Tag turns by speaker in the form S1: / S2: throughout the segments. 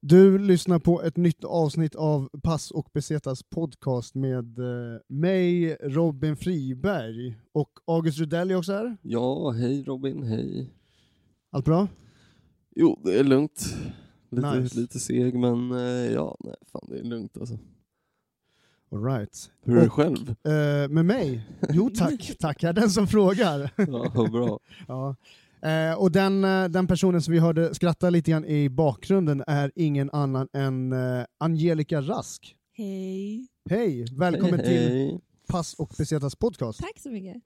S1: Du lyssnar på ett nytt avsnitt av Pass och Besetas podcast med eh, mig, Robin Friberg, och August Rudell är också här.
S2: Ja, hej Robin, hej.
S1: Allt bra?
S2: Jo, det är lugnt. Lite,
S1: Nice.
S2: lite seg, men eh, ja, nej, fan det är lugnt alltså.
S1: All right.
S2: Hur är det
S1: Och-
S2: själv?
S1: Eh, med mig? Jo tack, tackar den som frågar.
S2: Ja, vad bra.
S1: ja. Eh, och den, eh, den personen som vi hörde skratta lite grann i bakgrunden är ingen annan än eh, Angelica Rask.
S3: Hej.
S1: Hej, välkommen
S2: hej,
S1: till
S2: hej.
S1: Pass och Besetas podcast.
S3: Tack så mycket.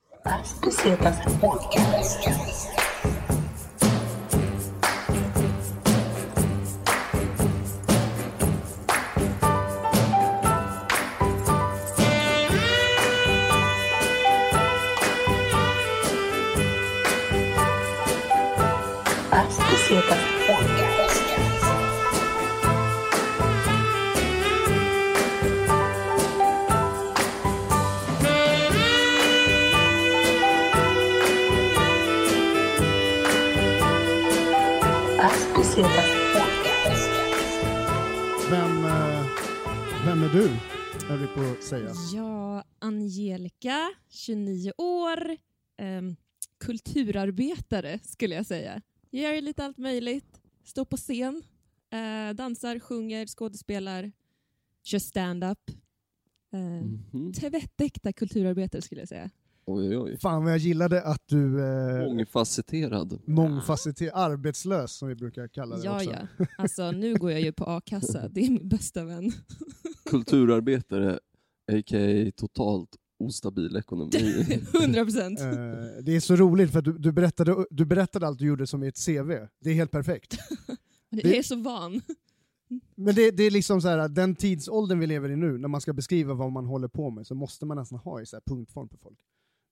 S1: Vem, eh, vem är du? Höll vi på att säga.
S3: Ja, Angelica, 29 år, ehm, kulturarbetare skulle jag säga. Jag gör lite allt möjligt. Står på scen, eh, dansar, sjunger, skådespelar, kör stand-up. Eh,
S1: Mm.
S2: Mhm.
S3: Tvättäkta kulturarbetare skulle jag säga.
S2: Oj, oj, oj.
S1: Fan vad jag gillade att du... Eh,
S2: Mångfacetterad.
S1: mångfacetterad, arbetslös som vi brukar kalla det
S3: Ja,
S1: också.
S3: ja. Alltså, nu går jag ju på a-kassa. Det är min bästa vän.
S2: Kulturarbetare, a.k.a. totalt ostabil ekonomi.
S3: 100 procent.
S1: Eh, det är så roligt för att du, du, berättade, du berättade allt du gjorde som i ett CV. Det är helt perfekt.
S3: Jag är så van.
S1: Men det, det är liksom så här, den tidsåldern vi lever i nu, när man ska beskriva vad man håller på med, så måste man nästan ha i så här punktform på folk.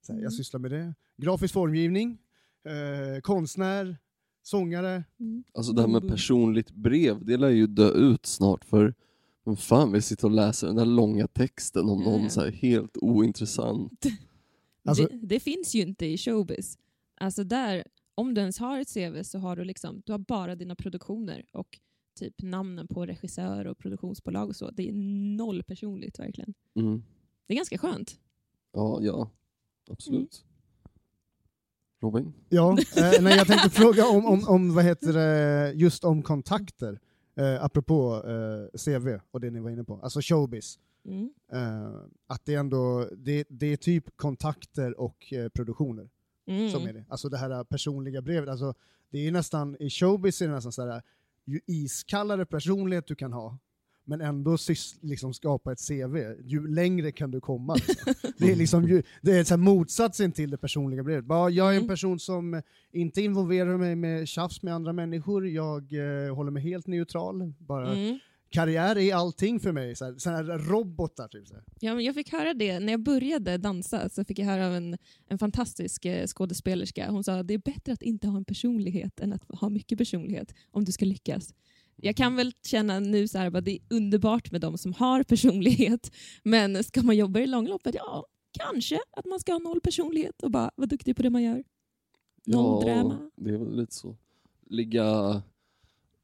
S1: Så här, Jag
S3: Mm.
S1: sysslar med det. Grafisk formgivning, eh, konstnär, sångare.
S3: Mm.
S2: Alltså det här med personligt brev, det lär ju dö ut snart för men fan vi sitter och läser den där långa texten om
S3: Ja, ja.
S2: någon
S1: Mm.
S2: så här helt ointressant.
S1: Alltså-
S3: det, det finns ju inte i showbiz. Alltså där, om du ens har ett CV så har du liksom, du har bara dina produktioner och typ namnen på regissör och produktionsbolag och så. Det är noll personligt verkligen.
S2: Mm.
S3: Det är ganska skönt.
S2: Ja, ja. Absolut. Robin?
S1: Ja, eh, nej, jag tänkte fråga om, om, om vad heter det, just om kontakter, eh, apropå eh, CV och det ni var inne på, alltså showbiz.
S3: Mm.
S1: Eh, att det ändå, det, det är typ kontakter och eh, produktioner
S3: Mm.
S1: som är det. Alltså det här personliga brevet, alltså det är ju nästan, i showbiz är det nästan så här, ju iskallare personlighet du kan ha, men ändå sys, liksom skapa ett CV, ju längre kan du komma. Liksom. Det är liksom ju, det är så här motsatsen till det personliga brevet. Bara, jag är en
S3: Mm.
S1: person som inte involverar mig med tjafs med andra människor, jag eh, håller mig helt neutral, bara
S3: Mm.
S1: karriär är allting för mig. Så här, så här robotar typ. Så här.
S3: Ja, men jag fick höra det när jag började dansa. Så fick jag höra av en, en fantastisk eh, skådespelerska. Hon sa det är bättre att inte ha en personlighet än att ha mycket personlighet om du ska lyckas. Jag kan väl känna nu så här, bara, det är underbart med de som har personlighet. Men ska man jobba i det långa loppet? Ja, kanske att man ska ha noll personlighet och bara vara duktig på det man gör. Noll drama.
S2: det är väl lite så. Ligga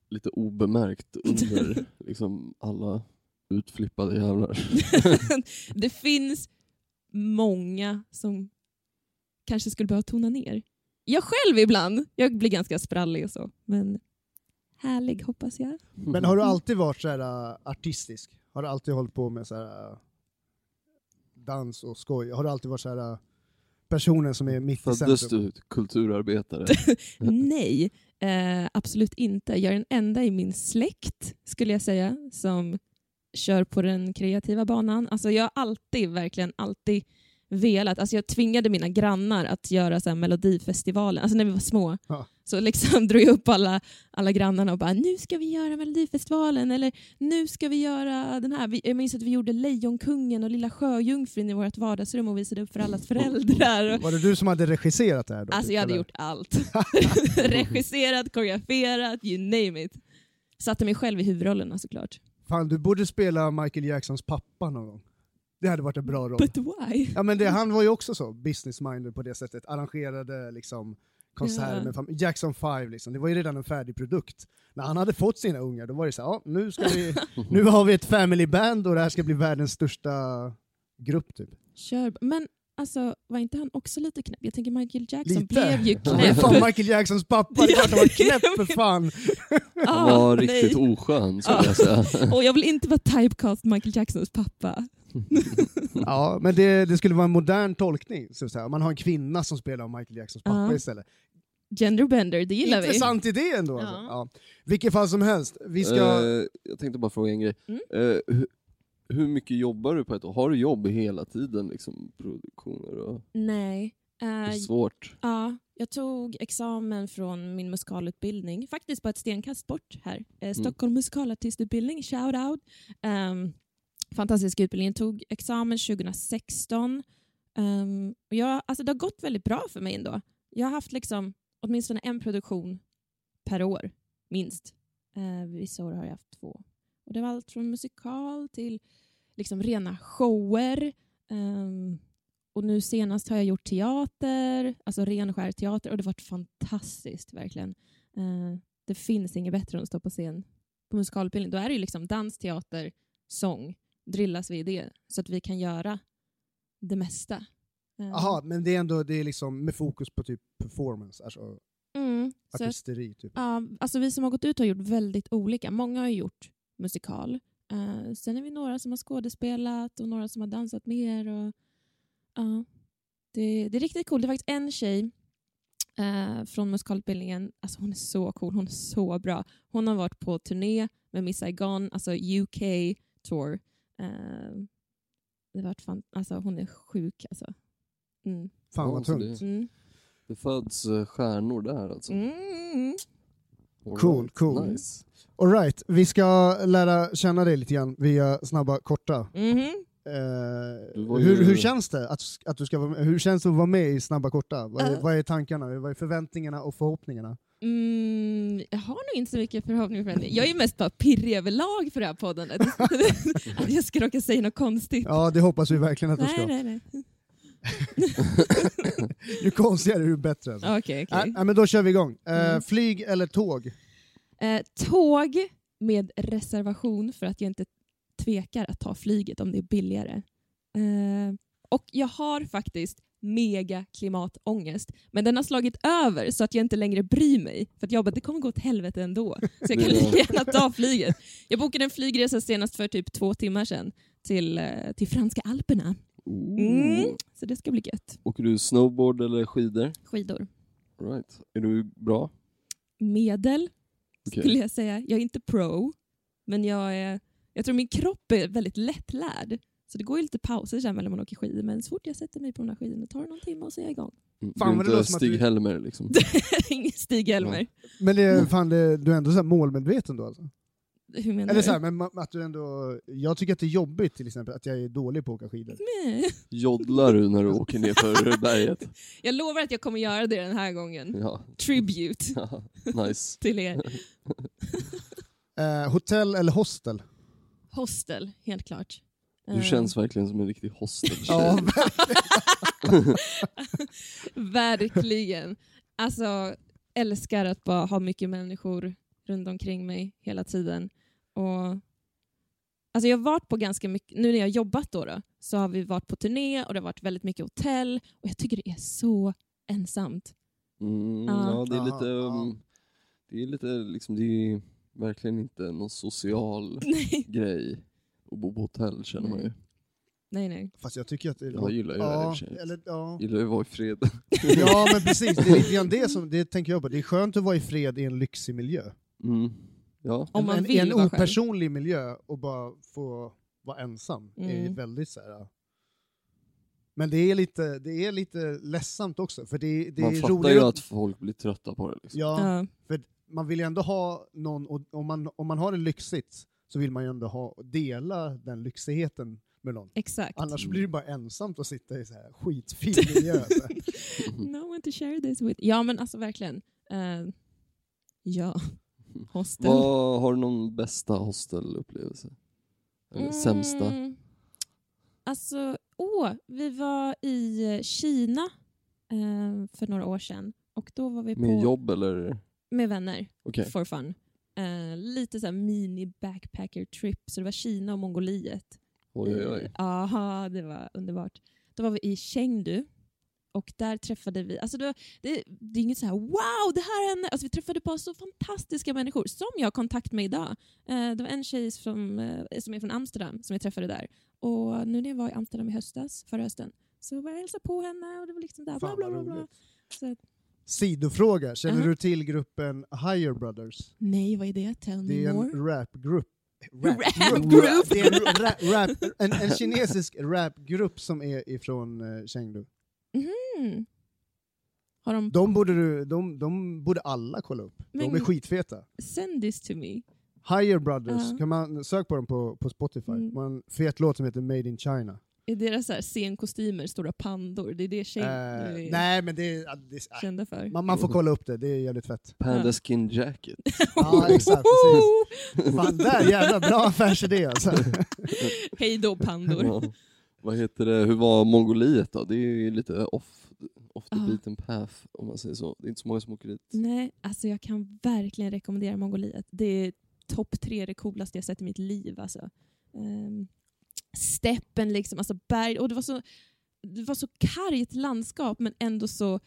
S2: lite obemärkt under liksom alla utflippade jävlar.
S3: det finns många som kanske skulle behöva tona ner. Jag själv ibland. Jag blir ganska sprallig och så. Men härlig hoppas jag.
S1: Men har du alltid varit så här äh, artistisk? Har du alltid hållit på med så här äh, dans och skoj? Har du alltid varit så här äh, personen som är mitt i
S2: Föddes
S1: centrum?
S2: du till kulturarbetare?
S3: Nej, eh, absolut inte. Jag är den enda i min släkt, skulle jag säga, som kör på den kreativa banan. Alltså jag har alltid, verkligen alltid velat. Alltså jag tvingade mina grannar att göra så här Melodifestivalen, alltså när vi var små.
S1: Ja.
S3: Så liksom drog jag upp alla, alla grannarna och bara nu ska vi göra Melodifestivalen eller nu ska vi göra den här. Vi, jag minns att vi gjorde Lejonkungen och Lilla Sjöjungfrun i vårt vardagsrum och visade upp för allas föräldrar. Och
S1: Var det du som hade regisserat det här? Då,
S3: Alltså
S1: typ,
S3: jag hade
S1: eller?
S3: gjort allt. Regisserat, koreograferat, you name it. Satte mig själv i huvudrollerna såklart.
S1: Fan, du borde spela Michael Jacksons pappa någon gång. Det hade varit en bra roll.
S3: But why?
S1: Ja, men det, han var ju också så business-minded på det sättet. Arrangerade liksom konserter
S3: Ja.
S1: med familj. Jackson 5 liksom, det var ju redan en färdig produkt. När han hade fått sina ungar, då var det så här, ja, nu, ska vi, nu har vi ett family band och det här ska bli världens största grupp typ.
S3: Kör. Men alltså, var inte han också lite knäpp? Jag tänker Michael Jackson
S1: Lite.
S3: blev ju
S1: Han är
S3: knäpp.
S1: fan Michael Jacksons pappa, det är klart han var knäpp för fan!
S2: Han
S3: Ah,
S2: var
S3: nej.
S2: riktigt oskön skulle
S3: Ja.
S2: jag säga.
S3: Och jag vill inte vara typecast Michael Jacksons pappa.
S1: Ja, men det, det skulle vara en modern tolkning, så att säga. man har en kvinna som spelar Michael Jacksons pappa
S3: Ja.
S1: istället.
S3: Genderbender, det gillar
S1: Intressant idé ändå. Alltså.
S3: Ja.
S1: Ja. Vilket fall som helst, vi ska...
S2: Eh, jag tänkte bara fråga en grej.
S3: Mm.
S2: Eh, hu- hur mycket jobbar du på ett år? Har du jobb hela tiden? Liksom, produktioner och...
S3: vi. Nej.
S2: Det
S3: Eh,
S2: är svårt.
S3: ja, jag tog examen från min musikalutbildning, faktiskt bara ett stenkast bort här. Eh, Stockholm musikalartistutbildning, shout out. Ehm, fantastisk utbildning. Jag tog examen 2016. Ehm, och jag, alltså det har gått väldigt bra för mig ändå. Jag har haft liksom, åtminstone en produktion per år, minst. Eh, vissa år har jag haft två. Och det var allt från musikal till liksom rena shower. Ehm, och nu senast har jag gjort teater, alltså ren och skär teater. Och det har varit fantastiskt, verkligen. Eh, det finns inget bättre än att stå på scen på musikalutbildning. Då är det ju liksom dans, teater, sång. Drillas vi i det så att vi kan göra det mesta. Eh,
S1: Aha, men det är ändå det är liksom med fokus på typ performance, alltså
S3: Mm, så att-
S1: artisteri. Typ.
S3: Ja, alltså vi som har gått ut har gjort väldigt olika. Många har ju gjort musikal. Eh, sen är vi några som har skådespelat och några som har dansat mer. Och, ja. det, det är riktigt coolt. Det är faktiskt en tjej eh, från musikalutbildningen. Alltså hon är så cool. Hon är så bra. Hon har varit på turné med Miss Saigon, alltså UK Tour. Eh, det har varit fan, alltså hon är sjuk alltså. Mm.
S1: Fan
S2: Ja,
S1: vad
S2: så
S1: tungt.
S3: Mm.
S2: Det föds eh, stjärnor där alltså.
S3: Mm.
S2: All
S1: Cool,
S2: right.
S1: cool.
S2: Nice.
S1: Alright, vi ska lära känna dig lite grann via snabba, korta.
S3: Mhm.
S1: Eh,
S2: Du var
S1: hur,
S2: ju-
S1: hur känns det att, att du ska vara med? Hur känns det att vara med i snabba, korta? Vad, är-
S3: Eh.
S1: vad är tankarna? Vad är förväntningarna och förhoppningarna?
S3: Mm, jag har nog inte så mycket förhoppningar för henne. Jag är ju mest bara pirrig överlag för det här poddandet. att jag ska råka säga något konstigt.
S1: Ja, det hoppas vi verkligen att du
S3: nej,
S1: ska.
S3: nej, nej.
S1: Ju konstigare, ju bättre. Alltså.
S3: Okej, okej.
S1: Nej, nej, men då kör vi igång. Eh,
S3: Mm.
S1: Flyg eller tåg?
S3: Eh, tåg med reservation för att jag inte tvekar att ta flyget om det är billigare. Eh, och jag har faktiskt mega klimatångest, men den har slagit över så att jag inte längre bryr mig. För att jag bara, det kommer gå åt helvete ändå. Så jag kan
S2: Det är
S3: lika gärna ta flyget. Jag bokade en flygresa senast för typ två timmar sedan till, eh, till franska alperna.
S2: Ooh.
S3: Mm, så det ska bli gött.
S2: Åker du snowboard eller skidor?
S3: Skidor.
S2: All Right. Är du bra?
S3: Medel
S2: Okej.
S3: skulle jag säga. Jag är inte pro, men jag, är, jag tror min kropp är väldigt lättlärd. Så det går ju lite pauser sen när man åker skidor, men så fort jag sätter mig på de där skidorna tar det någon timme och så är jag igång.
S2: Mm.
S1: Fan,
S2: du
S1: vad det
S2: är inte
S1: låter som att du-
S2: Stig-Helmer liksom?
S3: Ingen Stig-Helmer.
S1: Men det,
S3: Mm.
S1: är- fan, det, du är ändå så här målmedveten då? Alltså.
S3: Hur menar
S1: Eller
S3: du?
S1: så här, men ma- att du ändå... Jag tycker att det är jobbigt till exempel att jag är dålig på att åka skidor.
S3: Nej.
S2: Joddlar du när du åker ner för berget?
S3: Jag lovar att jag kommer göra det den här gången.
S2: Ja,
S3: Tribute
S2: ja. nice.
S3: till er.
S1: Eh, hotell eller hostel?
S3: Hostel, helt klart.
S2: Du
S3: Eh,
S2: känns verkligen som en riktig hostel.
S1: Ja,
S3: Verkligen. Alltså, älskar att bara ha mycket människor runt omkring mig hela tiden. Och, alltså jag har varit på ganska mycket, nu när jag har jobbat då, då så har vi varit på turné och det har varit väldigt mycket hotell och jag tycker det är så ensamt.
S2: Mm,
S3: Ja.
S2: ja, det är lite...
S1: Aha,
S2: um, Det är lite liksom, det är verkligen inte någon social
S3: Nej,
S2: grej att bo på hotell känner man ju.
S3: nej, nej.
S1: fast jag tycker att det är...
S2: Jag gillar ju det i och
S1: ja,
S2: för sig.
S1: eller, ja.
S2: Gillar ju att vara i fred.
S1: ja, men precis. Det är lite grann det som... Det tänker jag på. Det är skönt att vara i fred i en lyxig miljö.
S2: Mm. Ja.
S3: Om man
S1: en,
S3: vill
S1: I en
S3: vara själv.
S1: opersonlig miljö och bara få vara ensam är ju
S3: Mm.
S1: väldigt så här... ja. Men det är lite, det är lite ledsamt också, för det, det
S2: Man
S1: är
S2: fattar ju
S1: roligare...
S2: att folk blir trötta på det. Liksom.
S1: Ja,
S3: Ja.
S1: För man vill ju ändå ha någon, och om man, om man har det lyxigt så vill man ju ändå ha, dela den lyxigheten med någon.
S3: exakt.
S1: Annars blir det bara ensamt att sitta i så här skitfin miljö. Så här.
S2: Mm.
S3: No one to share this with. Ja, men alltså verkligen. Eh, ja, hostel.
S2: Vad har du någon bästa hostelupplevelse? Eller sämsta?
S3: Mm. Alltså, åh, vi var i Kina eh, för några år sedan Och då var vi på...
S2: Med jobb eller?
S3: Med vänner,
S2: Okej.
S3: for fun. Eh, lite så här mini-backpacker-trip, så det var Kina och Mongoliet.
S2: Oj, oj, oj.
S3: Aha, det var underbart. Då var vi i Chengdu och där träffade vi, alltså det, det, det är inget så här wow, det här hände. Alltså vi träffade på så fantastiska människor som jag har kontakt med idag. Eh, det var en tjej som, eh, som är från Amsterdam som jag träffade där. Och nu när jag var i Amsterdam i höstas, förra hösten, så var jag och hälsade på henne och det var liksom där bla
S1: Fan,
S3: bla
S1: vad
S3: bla. bla. Uh-huh.
S1: roligt.
S3: Så, att-
S1: Sidofråga, känner
S3: Aha.
S1: du till gruppen Higher Brothers?
S3: nej, vad är det? Tell
S1: Det
S3: me
S1: är
S3: more.
S1: en rapgrupp.
S3: Rapgrupp.
S1: Det är en, ra- rap, en, en kinesisk rapgrupp som är ifrån eh, Chengdu.
S3: Mm. Har de
S1: De borde, du, de, de borde alla kolla upp.
S3: Men-
S1: De är skitfeta.
S3: send this to me?
S1: Higher Brothers,
S3: Ja.
S1: kan man, sök på dem på, på Spotify.
S3: Mm.
S1: De har en fet låt som heter Made in China.
S3: Är deras så här scenkostymer stora pandor? Det är det
S1: Eh,
S3: Chengdu är
S1: nej men det, är- ah, det är- ah,
S3: kända för.
S1: man, man får kolla upp det, det är jävligt fett.
S2: Panda skin jacket.
S1: Ja, exakt, precis. Fan där jävla bra affärsidé alltså.
S3: Hej då pandor.
S2: Ja. Vad heter det, hur var Mongoliet då? Det är ju lite off, off the
S3: Ja.
S2: beaten path om man säger så. Det är inte så många som åker dit.
S3: Nej, alltså jag kan verkligen rekommendera Mongoliet. Det är topp tre det coolaste jag sett i mitt liv. Alltså. Ehm, steppen liksom, alltså berg. Och det var så, det var så kargt landskap men ändå så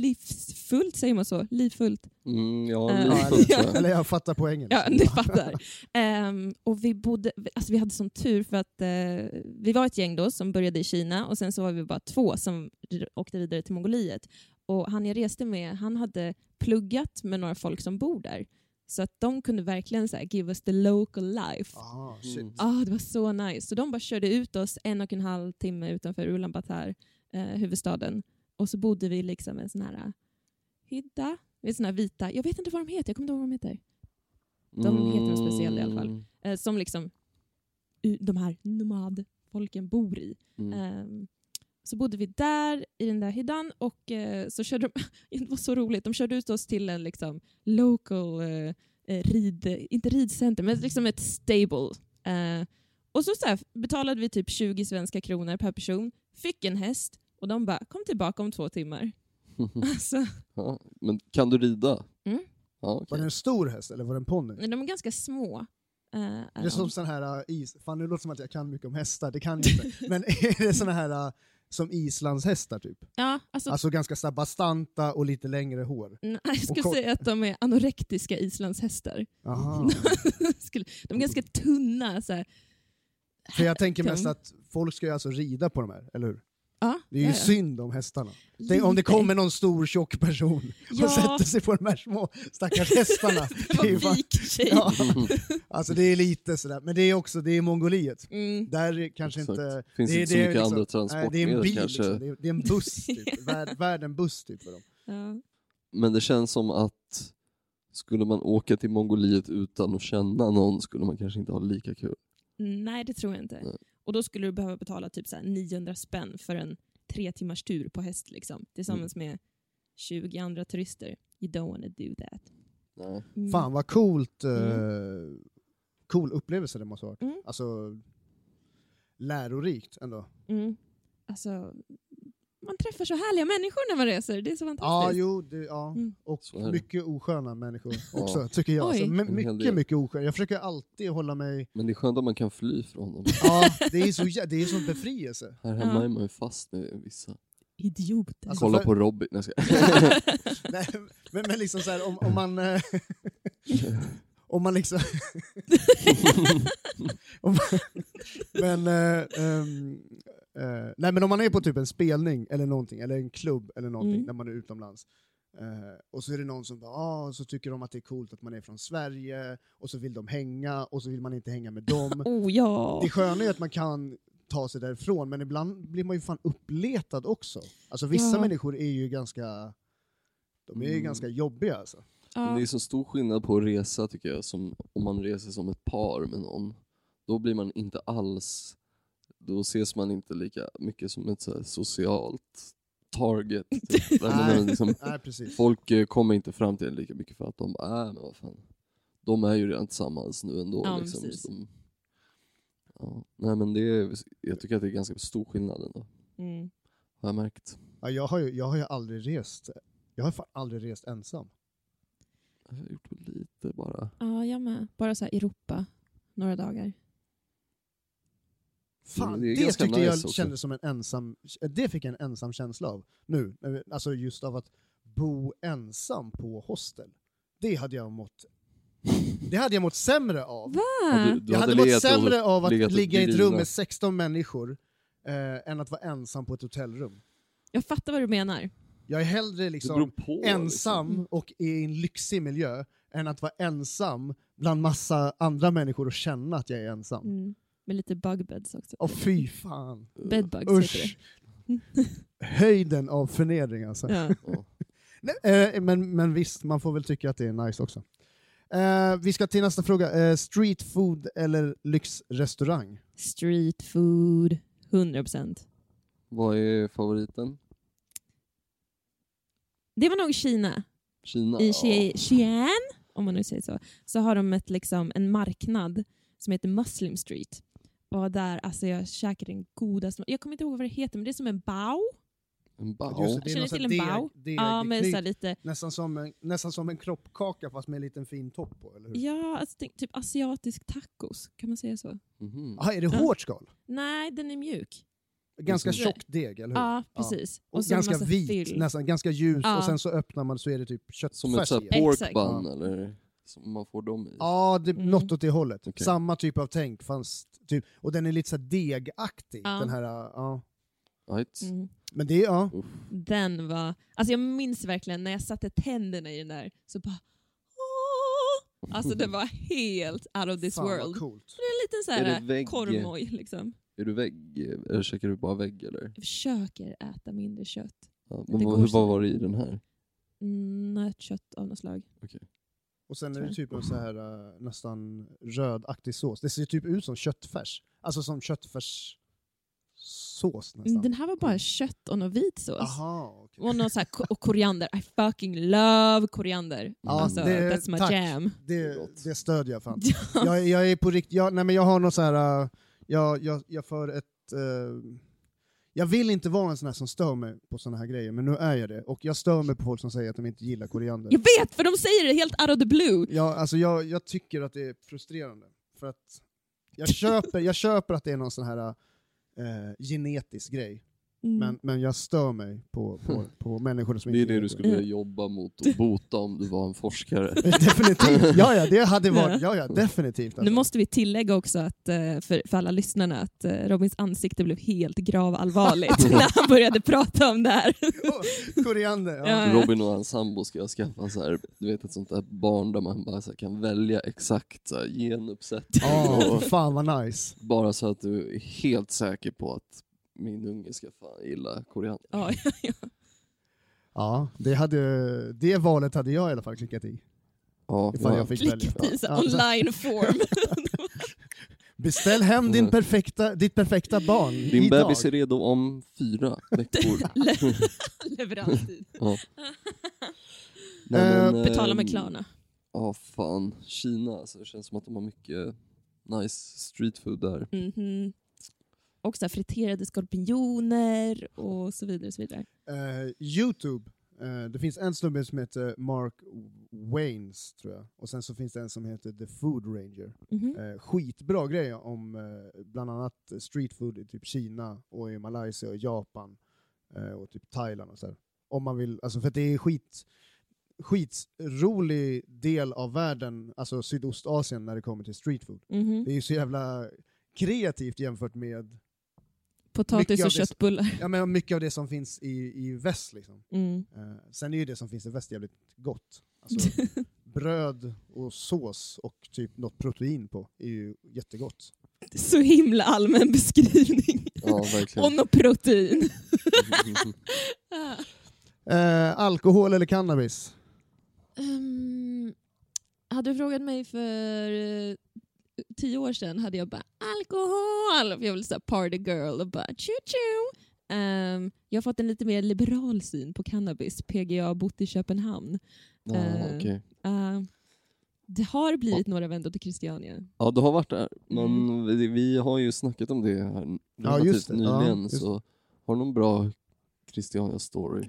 S3: livsfullt, säger man så? Livfullt.
S2: Mm, ja,
S3: Eh,
S1: Ja,
S2: lite
S1: eller,
S2: tror jag.
S1: eller jag fattar poängen.
S3: Ja, ni fattar. Ehm, och vi, bodde, alltså vi hade sån tur för att eh, vi var ett gäng då som började i Kina och sen så var vi bara två som r- åkte vidare till Mongoliet. Och han jag reste med, han hade pluggat med några folk som bor där. Så att de kunde verkligen så här, give us the local life.
S1: Ah, shit.
S2: Mm.
S3: Ah, det var så nice. Så de bara körde ut oss en och en halv timme utanför Ulan Bator, eh, huvudstaden. Och så bodde vi liksom i en sån här eh, hydda, en sån här vita, jag vet inte vad de heter, jag kommer inte ihåg vad de heter. de heter något speciellt i alla fall.
S2: Mm,
S3: eh, som liksom u- de här nomadfolken bor i.
S2: Mm.
S3: Ehm, så bodde vi där i den där hyddan och eh, så körde de, det var så roligt, de körde ut oss till en liksom local, eh, eh, rid, inte ridcenter, men liksom ett stable. Eh, och så, så här, betalade vi typ 20 svenska kronor per person, fick en häst och de bara kom tillbaka om två timmar. Alltså,
S2: Ja, men kan du rida?
S3: Mm.
S2: Ja, okej.
S1: Var det en stor häst eller var det en ponny?
S3: men de är ganska små. eh, är
S1: Det
S3: de.
S1: är som sån här uh, is... Fan nu låter det som att jag kan mycket om hästar, det kan jag inte. Men är det såna här uh, som islandshästar typ?
S3: ja, alltså,
S1: Alltså ganska så här bastanta och lite längre hår.
S3: nej, jag skulle
S1: kort.
S3: säga att de är anorektiska islandshästar.
S1: Aha.
S3: skulle, de är ganska tunna. Så här.
S1: För jag tänker mest
S3: Tung.
S1: att folk ska ju alltså rida på de här, eller hur?
S3: Ja,
S1: Det är ju
S3: ja, ja.
S1: synd om hästarna. Tänk om det
S3: Lite.
S1: kommer någon stor tjock person och
S3: Ja,
S1: sätter sig på de här små stackars hästarna.
S3: det var
S1: Det är ju fan-
S3: en vik tjej.
S1: Ja, alltså det är lite sådär, men det är också, det är Mongoliet.
S3: Mm.
S1: Där är kanske
S2: Exakt.
S1: inte...
S2: Finns
S1: det, är-
S2: inte så
S1: det är
S2: mycket andra
S1: nej, Det är en
S2: transportmedel
S1: bil
S2: kanske.
S1: liksom. det, är, det är en buss typ. Vär, världen buss typ för dem.
S3: Ja.
S2: Men det känns som att skulle man åka till Mongoliet utan att känna någon skulle man kanske inte ha lika kul.
S3: Nej, det tror jag inte.
S2: Nej.
S3: Och då skulle du behöva betala typ så här 900 spänn för en tre timmars tur på häst liksom, tillsammans
S1: Mm.
S3: med 20 andra turister. You don't wanna do that.
S2: Nej.
S3: Mm.
S1: Fan vad coolt, eh,
S3: Mm.
S1: cool upplevelse det måste ha varit.
S3: Mm.
S1: Alltså, lärorikt ändå.
S3: Mm. Alltså, man träffar så härliga människor när man reser. Det är så
S1: Ja,
S3: fantastiskt.
S1: jo, det, ja.
S3: Mm.
S1: och
S2: Så är det.
S1: mycket osköna människor
S2: Ja.
S1: också, tycker jag.
S3: Oj.
S1: Alltså, my-
S2: En hel
S1: mycket,
S2: del.
S1: mycket osköna. Jag försöker alltid hålla mig...
S2: Men det är skönt att man kan fly från dem.
S1: Ja, det är så jä- det är sån befrielse.
S2: Här hemma
S3: Ja.
S2: är man ju fast med vissa.
S3: Idioter.
S1: Alltså,
S2: Kolla
S1: för-
S2: på Robin. Nej, jag ska...
S1: Nej, men, men liksom så här, om, om man... eh, om man liksom... om man, men... eh, ehm, eh, nej men om man är på typ en spelning eller någonting, eller en klubb eller någonting,
S3: Mm.
S1: när man är utomlands. eh, och så är det någon som bara, ah, så tycker de att det är coolt att man är från Sverige, och så vill de hänga, och så vill man inte hänga med dem.
S3: Oh ja.
S1: Det sköna är ju att man kan ta sig därifrån, men ibland blir man ju fan uppletad också. Alltså vissa
S3: Ja.
S1: människor är ju ganska... De är ju
S2: Mm.
S1: ganska jobbiga alltså.
S2: Men
S3: ja.
S2: det är så stor skillnad på att resa tycker jag, som om man reser som ett par med någon. Då blir man inte alls, då ses man inte lika mycket som ett så här socialt target. Typ. Nej, men
S1: Nej.
S2: man liksom,
S1: Nej, precis.
S2: folk eh, kommer inte fram till en lika mycket för att de bara, äh, men vad fan. De är ju redan tillsammans nu ändå.
S3: Ja, men
S2: liksom,
S3: precis.
S2: så de, ja. Nej men det är, jag tycker att det är ganska stor skillnad ändå,
S3: Mm.
S2: har jag märkt.
S1: Ja, jag, har ju, jag har ju aldrig rest Jag har fan aldrig rest ensam.
S2: Jag har gjort lite bara.
S3: Ja, jag med. Bara så här Europa, några dagar.
S1: Fan,
S2: Det är
S1: det,
S2: ganska
S1: tyckte jag
S2: nice också.
S1: kändes som en ensam, det fick jag en ensam känsla av nu. när vi- Alltså just av att bo ensam på hostel. Det hade jag mått, det hade jag mått sämre av.
S2: Ja,
S3: Ah,
S2: du, du
S1: jag hade mått
S2: legat och-
S1: sämre av att
S2: legat och
S1: ligga i ett rum
S2: grina.
S1: med 16 människor eh, än att vara ensam på ett hotellrum.
S3: Jag fattar vad du menar.
S1: Jag är hellre
S2: Det beror
S1: liksom
S2: på,
S1: ensam och i en lyxig miljö än att vara ensam bland massa andra människor och känna att jag är ensam.
S3: Mm. Med lite bugbeds också.
S1: Åh fy fan.
S2: liksom.
S3: Bedbugs heter
S1: Usch. Höjden av förnedring alltså.
S3: det. Ja.
S2: Ja.
S1: Nej, eh, men, men visst, man får väl tycka att det är nice också. Eh, vi ska till nästa fråga. Eh, street food eller lyxrestaurang?
S3: Street food, 100%.
S2: Vad är favoriten?
S3: Det var nog Kina.
S2: Kina?
S3: I
S2: Ja.
S3: Xi- Xi'an, om man nu säger så, så har de ett, liksom, en marknad som heter Muslim Street. Och där, alltså jag käkar den godaste, jag kommer inte ihåg vad det heter, men det är som en bao.
S2: En bao?
S1: Just det, det är
S3: Känner
S1: någon sån
S3: till en
S1: deg-
S3: bao?
S1: deg-
S3: Ja, med
S1: knyt.
S3: så här lite,
S1: nästan, som en, nästan som en kroppkaka fast med en liten fin topp på, eller hur?
S3: ja, alltså, tänk- typ asiatisk tacos, kan man säga så?
S2: Mhm.
S1: Ah, är det
S3: Ja.
S1: hårt skal?
S3: Nej, den är mjuk.
S1: Ganska
S2: Precis.
S1: tjock deg, eller hur?
S3: Ja, precis.
S1: Och
S3: så en
S1: ganska
S3: massa
S1: vit,
S3: fyll.
S1: nästan, ganska ljus,
S3: Ja.
S1: och sen så öppnar man så är det typ
S2: Som
S1: köttfärs
S2: ett sånt
S1: i.
S2: här pork
S3: Exakt.
S2: bun eller som man får dem i?
S1: Ja, det,
S3: Mm.
S1: något åt det hållet.
S2: Okej.
S1: Samma typ av tänk, fast typ, och den är lite så här degaktig.
S3: Ja.
S1: Den här, ja.
S2: Right.
S3: Mm.
S1: Men det är, ja.
S2: Uff.
S3: Den var... Alltså jag minns verkligen när jag satte tänderna i den där, så bara... Åh! Alltså det var helt out of this
S1: Fan vad
S3: world.
S1: coolt.
S3: En liten så
S2: Är det
S3: här eh,
S2: vägg?
S3: korvmoj liksom.
S2: Är du vägg eller käkar du bara vägg eller?
S3: Jag försöker äta mindre kött.
S2: Ja,
S3: Det
S2: men vad,
S3: går
S2: hur,
S3: så.
S2: vad var det i den här?
S3: Mm, Nötkött av något slag.
S1: Och sen är det
S3: Sorry.
S1: typ en så här eh, nästan rödaktig sås. Det ser typ ut som köttfärs. Alltså som köttfärssås nästan.
S3: Den här var bara kött och någon vit sås.
S1: Aha, okej.
S3: Och, någon så här, ko- och koriander. I fucking love koriander.
S1: Ja,
S3: alltså,
S1: det-
S3: that's my
S1: tack.
S3: jam.
S1: Det, det stödjer jag fan.
S3: Ja.
S1: jag, jag är på riktigt, jag, nej men jag har något så här. äh, jag, jag, jag för ett, eh, jag vill inte vara en sån här som stör mig på såna här grejer, men nu är jag det. Och jag stör mig på folk som säger att de inte gillar koriander.
S3: Jag vet, för de säger det helt out of the blue.
S1: Jag, alltså jag, jag tycker att det är frustrerande, för att jag köper, jag köper att det är någon sån här eh, genetisk grej,
S3: Mm.
S1: men, men jag stör mig på, på, på människor som
S2: Det är
S1: inte
S2: det
S1: gör
S2: du skulle vilja jobba mot och bota om du var en forskare.
S1: Definitivt! Ja, ja, det hade varit, ja, ja, definitivt.
S3: Nu
S1: Alltså.
S3: måste vi tillägga också att, eh, för, för alla lyssnarna att eh, Robins ansikte blev helt gravallvarligt när han började prata om det här.
S1: Koriander, ja.
S3: Ja.
S2: Robin och hans sambo ska skaffa så här, du vet ett sånt där barn där man bara så här, kan välja exakt så här, genuppsättning
S1: Ah,
S2: och
S1: fan vad nice.
S2: bara så att du är helt säker på att min unge ska fan gilla koriander.
S3: Ja, ja.
S1: Ja, det, hade, det valet hade jag i alla fall klickat i.
S2: Ja,
S1: Ifall
S2: ja.
S1: jag fick välja.
S3: Klickat i så
S1: Ja,
S3: här online form.
S1: Beställ hem din
S2: Mm.
S1: perfekta, ditt perfekta barn
S2: Din
S1: idag.
S2: bebis är redo om fyra veckor.
S3: Eh, Le- Leveranstid.
S2: ja.
S1: Eh,
S3: Betala
S2: ehm,
S3: med Klarna.
S2: Ja, fan. Kina alltså. Det känns som att de har mycket nice street food där.
S3: Mhm. Och så här friterade skorpioner och så vidare. Och så vidare.
S1: Eh, Youtube. Eh, det finns en snubbe som heter Mark Waynes, tror jag. Och sen så finns det en som heter The Food Ranger.
S3: Mhm.
S1: Eh, skitbra grej om eh, bland annat streetfood i typ Kina och i Malaysia och Japan eh, och typ Thailand och så här. Om man vill, alltså för att det är skit skitrolig del av världen, alltså Sydostasien, när det kommer till streetfood.
S3: Mhm.
S1: Det är ju så jävla kreativt jämfört med
S3: Potatis
S1: mycket av
S3: och
S1: det-
S3: köttbullar.
S1: ja, men mycket av det som finns i, i väst. Liksom.
S3: Mm.
S1: Eh, sen är ju det som finns i väst jävligt gott. Alltså, bröd och sås och typ något protein på är ju jättegott.
S3: Så himla allmän beskrivning.
S2: Ja,
S3: Och
S2: verkligen.
S3: något protein. Ah.
S1: Eh, alkohol eller cannabis?
S3: Um, hade du frågat mig för eh, tio år sedan hade jag bara alkohol, för jag ville säga party girl och bara tju tju. Ehm, jag har fått en lite mer liberal syn på cannabis, PGA har bott i Köpenhamn.
S2: Ja, okej.
S3: Eh, det har blivit några vändor till Christiania.
S2: ja, du har varit där. Men vi, vi har ju snackat om det här relativt
S1: Mm. Ja, just det. Ja,
S2: nyligen.
S1: just det.
S2: så har du någon bra Christiania story?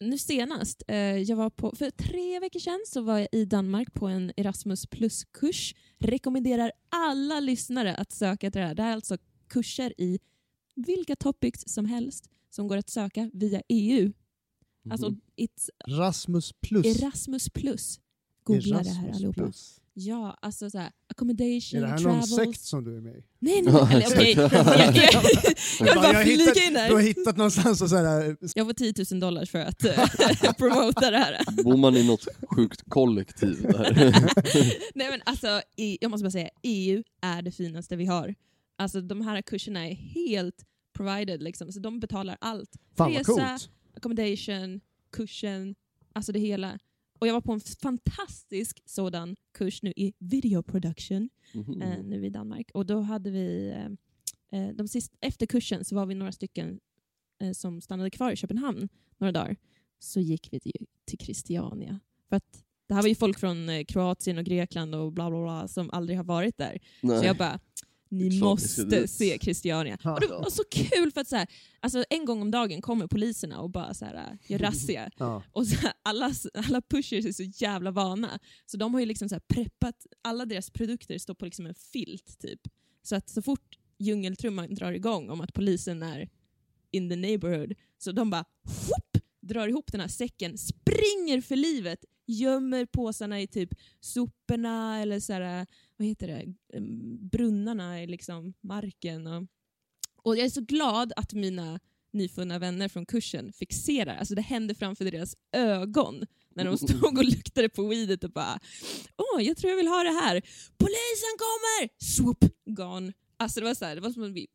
S3: nu senast, eh, jag var på, för tre veckor sedan så var jag i Danmark på en Erasmus plus-kurs. Rekommenderar alla lyssnare att söka till det här. Det här är alltså kurser i vilka topics som helst som går att söka via EU. Alltså,
S2: Mhm.
S3: it's
S1: Rasmus plus.
S3: Erasmus plus. Googla det här
S1: Erasmus
S3: allihopa.
S1: plus.
S3: Ja, alltså så här, accommodation,
S1: Är det här någon
S3: travels.
S1: sekt som du är med i?
S3: Nej, nej, nej. Eller, okej. Jag, jag, jag vill bara
S1: Jag
S3: flika
S1: hittade-
S3: in
S1: Du har
S3: här.
S1: hittat någonstans och så här,
S3: Jag får 10 000 dollar för att eh, promota det här.
S2: Bor man i något sjukt kollektiv
S3: Eh,
S2: där?
S3: Nej men alltså, i- jag måste bara säga, EU är det finaste vi har. Alltså de här kurserna är helt provided liksom, så de betalar allt.
S1: fan vad
S3: Resa.
S1: coolt.
S3: Accommodation, kursen, alltså det hela. Och jag var på en fantastisk sådan kurs nu i video production,
S2: Mhm.
S3: eh, nu i Danmark. Och då hade vi, eh, eh, de sist, efter kursen så var vi några stycken eh, som stannade kvar i Köpenhamn några dagar. Så gick vi till, till Christiania. För att det här var ju folk från eh, Kroatien och Grekland och bla bla bla som aldrig har varit där.
S2: Nej.
S3: Så jag bara,
S2: Det är
S3: ni
S2: klart vi ska
S3: måste
S2: dit.
S3: se Christiania.
S1: Ja.
S3: Och det var så kul för att så här, alltså en gång om dagen kommer poliserna och bara så här, eh, gör razzia.
S1: Ja.
S3: Och så här, alla, alla pushers är så jävla vana. Så de har ju liksom så här preppat, alla deras produkter står på liksom en filt typ. Så att så fort djungeltrumman drar igång om att polisen är in the neighborhood, så de bara whoop, drar ihop den här säcken, springer för livet, gömmer påsarna i typ soporna eller så här, vad heter det, Em, brunnarna i liksom marken. Och, och jag är så glad att mina nyfunna vänner från kursen fick se det här. Alltså det hände framför deras ögon när de stod och luktade på weedet och bara Åh, jag tror jag vill ha det här. Polisen kommer! Swoop! Gone. Alltså det var så här, det var som att vi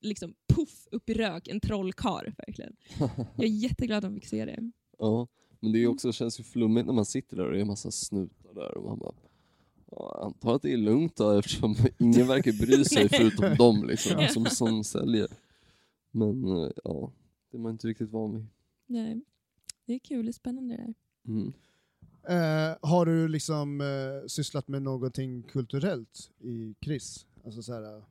S3: liksom puff upp i rök, en trollkar verkligen. Jag är jätteglad att de fick se det.
S2: Ja, men
S3: Mm.
S2: det är också, känns ju flummigt när man sitter där och det är en massa snutar där och man bara "Ja, jag antar att det är lugnt då eftersom ingen verkar bry sig förutom dem liksom, som, som säljer. Men eh, ja, det är man inte riktigt van vid.
S3: Nej. Det är kul och spännande det där.
S2: Mm.
S1: Eh, har du liksom eh, sysslat med någonting kulturellt i Chris? Alltså så här, eh,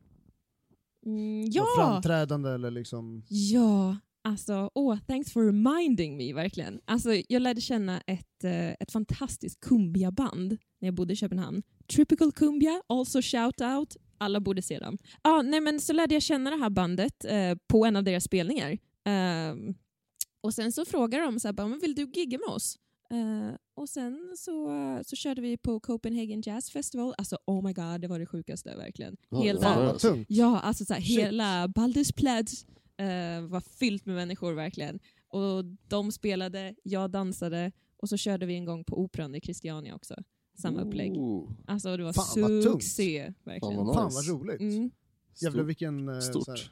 S3: Mm,
S1: något
S3: ja!
S1: framträdande eller liksom...
S3: Ja, alltså åh, thanks for reminding me verkligen. Alltså, jag lärde känna ett, eh, ett fantastiskt cumbia-band när jag bodde i Köpenhamn. Tropical Cumbia, also shout out. Alla borde se dem. Ja, nej men så lärde jag känna det här bandet eh, på en av deras spelningar. Ehm, och sen så frågade de så här, bara, men vill du gigga med oss? Eh, och sen så, så körde vi på Copenhagen Jazz Festival. Alltså oh my god, det var det sjukaste verkligen.
S2: Ja, det
S3: Helt
S2: var
S3: där.
S1: Fan vad tungt.
S3: Ja, alltså så här,
S1: Shit.
S3: hela Baldur's Pledge eh, var fyllt med människor verkligen. Och de spelade, jag dansade och så körde vi en gång på Operan i Christiania också. Samma upplägg.
S2: Oh,
S3: Alltså det var
S1: Fan, vad tungt.
S3: succé verkligen.
S2: Fan, vad
S1: Fan vad
S2: Nice.
S1: roligt.
S3: Mm.
S1: Jävlar
S2: stort.
S1: vilken... eh, Så här,
S2: stort.